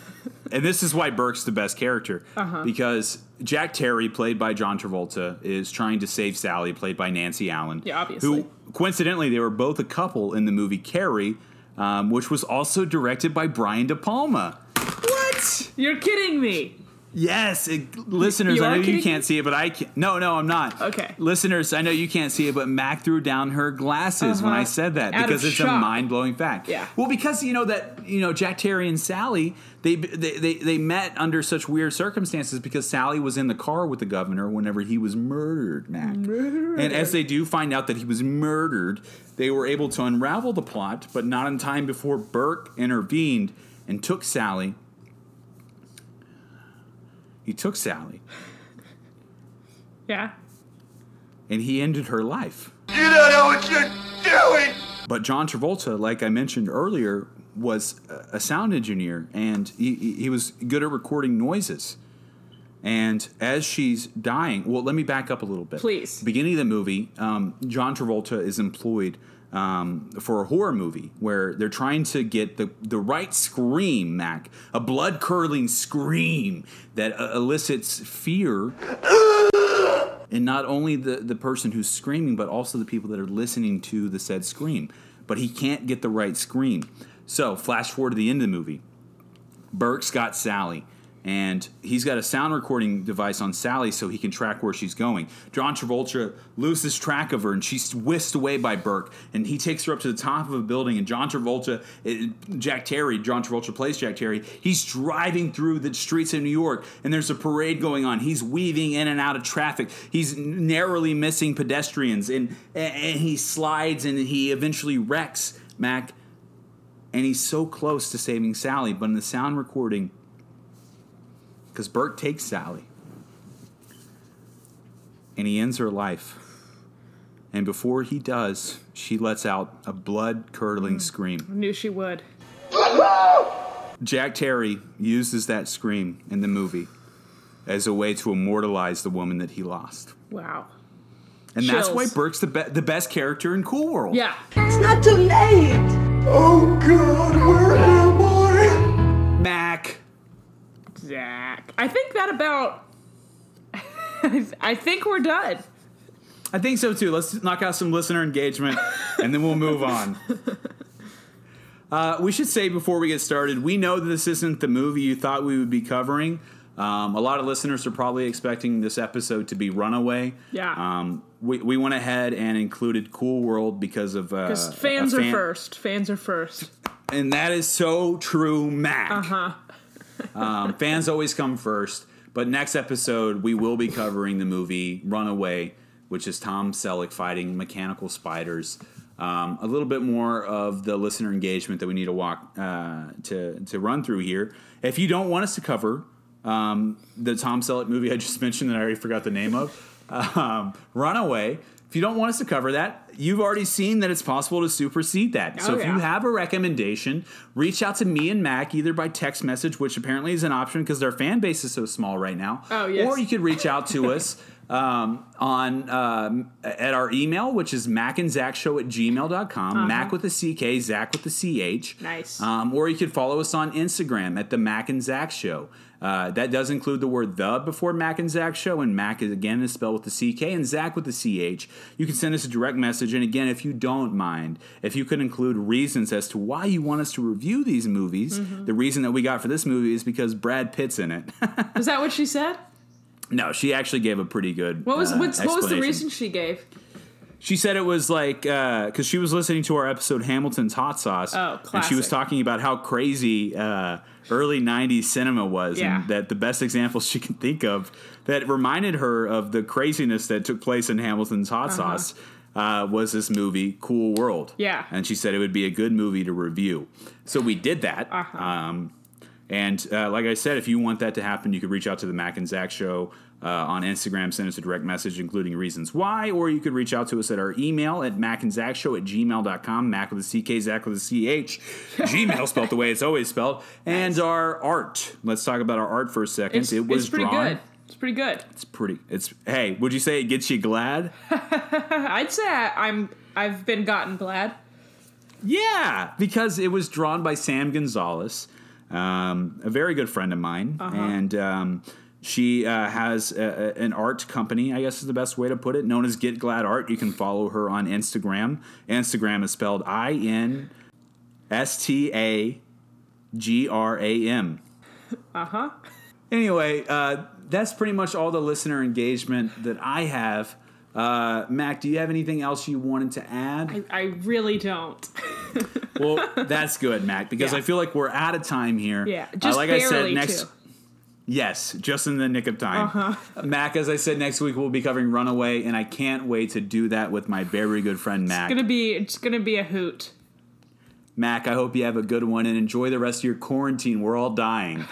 Speaker 5: and this is why Burke's the best character
Speaker 6: Uh-huh.
Speaker 5: because Jack Terry, played by John Travolta, is trying to save Sally, played by Nancy Allen.
Speaker 6: Yeah, obviously.
Speaker 5: Who, coincidentally, they were both a couple in the movie Carrie, um, which was also directed by Brian De Palma. What?
Speaker 6: You're kidding me.
Speaker 5: Yes, it, listeners,
Speaker 6: you
Speaker 5: I
Speaker 6: are
Speaker 5: know you
Speaker 6: kidding?
Speaker 5: can't see it, but I can't. No, no, I'm not.
Speaker 6: Okay.
Speaker 5: Listeners, I know you can't see it, but Mac threw down her glasses when
Speaker 6: Uh-huh.
Speaker 5: I said that
Speaker 6: Out of
Speaker 5: because it's a
Speaker 6: shock.
Speaker 5: mind blowing fact.
Speaker 6: Yeah.
Speaker 5: Well, because you know that you know Jack Terry and Sally they they, they they met under such weird circumstances because Sally was in the car with the governor whenever he was murdered, Mac. And as they do find out that he was murdered, they were able to unravel the plot, but not in time before Burke intervened and took Sally. He took Sally
Speaker 6: Yeah.
Speaker 5: and he ended her life.
Speaker 4: You don't know what you're doing!
Speaker 5: But John Travolta, like I mentioned earlier, was a- a sound engineer and he, he he was good at recording noises. And as she's dying, well, let me back up a little bit.
Speaker 6: Please.
Speaker 5: Beginning of the movie, um, John Travolta is employed um, for a horror movie where they're trying to get the, the right scream, Mac, a blood curdling scream that uh, elicits fear and not only the, the person who's screaming, but also the people that are listening to the said scream. But he can't get the right scream. So, flash forward to the end of the movie. Burke's got Sally, and he's got a sound recording device on Sally so he can track where she's going. John Travolta loses track of her, and she's whisked away by Burke, and he takes her up to the top of a building. And John Travolta, eh, Jack Terry, John Travolta plays Jack Terry. He's driving through the streets of New York, and there's a parade going on. He's weaving in and out of traffic. He's narrowly missing pedestrians, and and he slides, and he eventually wrecks Mac and he's so close to saving Sally, but in the sound recording, because Burke takes Sally, and he ends her life. And before he does, she lets out a blood
Speaker 6: Mm.
Speaker 5: curdling scream.
Speaker 6: Knew she would.
Speaker 5: Jack Terry uses that scream in the movie as a way to immortalize the woman that he lost.
Speaker 6: Wow.
Speaker 5: And that's why
Speaker 6: Chills.
Speaker 5: Burke's the, be- the best character in Cool World.
Speaker 6: Yeah.
Speaker 4: It's not too late! Oh god, where am I?
Speaker 5: Mac.
Speaker 6: Zach. I think that about. I think we're done.
Speaker 5: Uh, I think so too. Let's knock out some listener engagement and then we'll move on. Uh, we should say before we get started, we know that this isn't the movie you thought we would be covering. Um, a lot of listeners are probably expecting this episode to be Runaway.
Speaker 6: Yeah.
Speaker 5: Um, we, we went ahead and included Cool World because of uh,
Speaker 6: Because
Speaker 5: a
Speaker 6: fans are
Speaker 5: fan-
Speaker 6: first. Fans are first.
Speaker 5: and that is so true, Mac. Uh-huh. um, fans always come first. But next episode, we will be covering the movie Runaway, which is Tom Selleck fighting mechanical spiders. Um, a little bit more of the listener engagement that we need to walk uh, to to run through here. If you don't want us to cover um, the Tom Selleck movie I just mentioned that I already forgot the name of, um, Runaway. If you don't want us to cover that, you've already seen that it's possible to supersede that. So
Speaker 6: Oh,
Speaker 5: if you
Speaker 6: yeah.
Speaker 5: have a recommendation, reach out to me and Mac either by text message, which apparently is an option because their fan base is so small right now.
Speaker 6: Oh, yes.
Speaker 5: Or you could reach out to us um, on um, at our email, which is macandzackshow at gmail.com. Mac with a CK, Zach with a CH.
Speaker 6: Nice.
Speaker 5: Um, or you could follow us on Instagram at the Mac and Zach Show. Uh, that does include the word the before Mac and Zach Show, and Mac is again is spelled with the CK and Zach with the CH. You can send us a direct message, and again, if you don't mind, if you could include reasons as to why you want us to review these movies, the reason that we got for this movie is because Brad Pitt's in it.
Speaker 6: Is that what she said?
Speaker 5: no, she actually gave a pretty good.
Speaker 6: What was
Speaker 5: uh,
Speaker 6: what's, what was the
Speaker 5: explanation.
Speaker 6: reason she gave?
Speaker 5: She said it was like because she was listening to our episode Hamilton's Hot Sauce.
Speaker 6: Oh,
Speaker 5: And she was
Speaker 6: classic.
Speaker 5: talking about how crazy uh, early '90s cinema was,
Speaker 6: Yeah.
Speaker 5: and that the best example she could think of that reminded her of the craziness that took place in Hamilton's Hot
Speaker 6: Uh-huh.
Speaker 5: Sauce uh, was this movie Cool World.
Speaker 6: Yeah.
Speaker 5: and she said it would be a good movie to review. So we did that.
Speaker 6: Uh-huh.
Speaker 5: Um, and uh, like I said, if you want that to happen, you could reach out to the Mac and Zach Show uh, on Instagram, send us a direct message, including reasons why, or you could reach out to us at our email at macandzachshow at gmail.com, Mac with a CK, Zach with a CH, Gmail spelled the way it's always spelled, and our art. Let's talk about our art for a second.
Speaker 6: It's,
Speaker 5: it was
Speaker 6: it's pretty
Speaker 5: drawn.
Speaker 6: good. It's pretty good.
Speaker 5: It's pretty. It's hey, would you say it gets you glad?
Speaker 6: I'd say I, I'm I've been gotten glad.
Speaker 5: Yeah, because it was drawn by Sam Gonzalez, um, a very good friend of mine, and um, she uh, has a, a- an art company. I guess is the best way to put it, known as Get Glad Art. You can follow her on Instagram. Instagram is spelled I N S T A G R A M. Uh huh. Anyway, uh, that's pretty much all the listener engagement that I have. Uh, Mac, do you have anything else you wanted to add?
Speaker 6: I really don't.
Speaker 5: well, that's good, Mac, because
Speaker 6: Yeah.
Speaker 5: I feel like we're out of time here.
Speaker 6: Yeah,
Speaker 5: Uh,
Speaker 6: just
Speaker 5: like I said,
Speaker 6: barely,
Speaker 5: next.
Speaker 6: too.
Speaker 5: Yes, just in the nick of time.
Speaker 6: Uh-huh.
Speaker 5: Mac, as I said, next week we'll be covering Runaway, and I can't wait to do that with my very good friend Mac.
Speaker 6: It's gonna be it's gonna be a hoot.
Speaker 5: Mac, I hope you have a good one and enjoy the rest of your quarantine. We're all dying.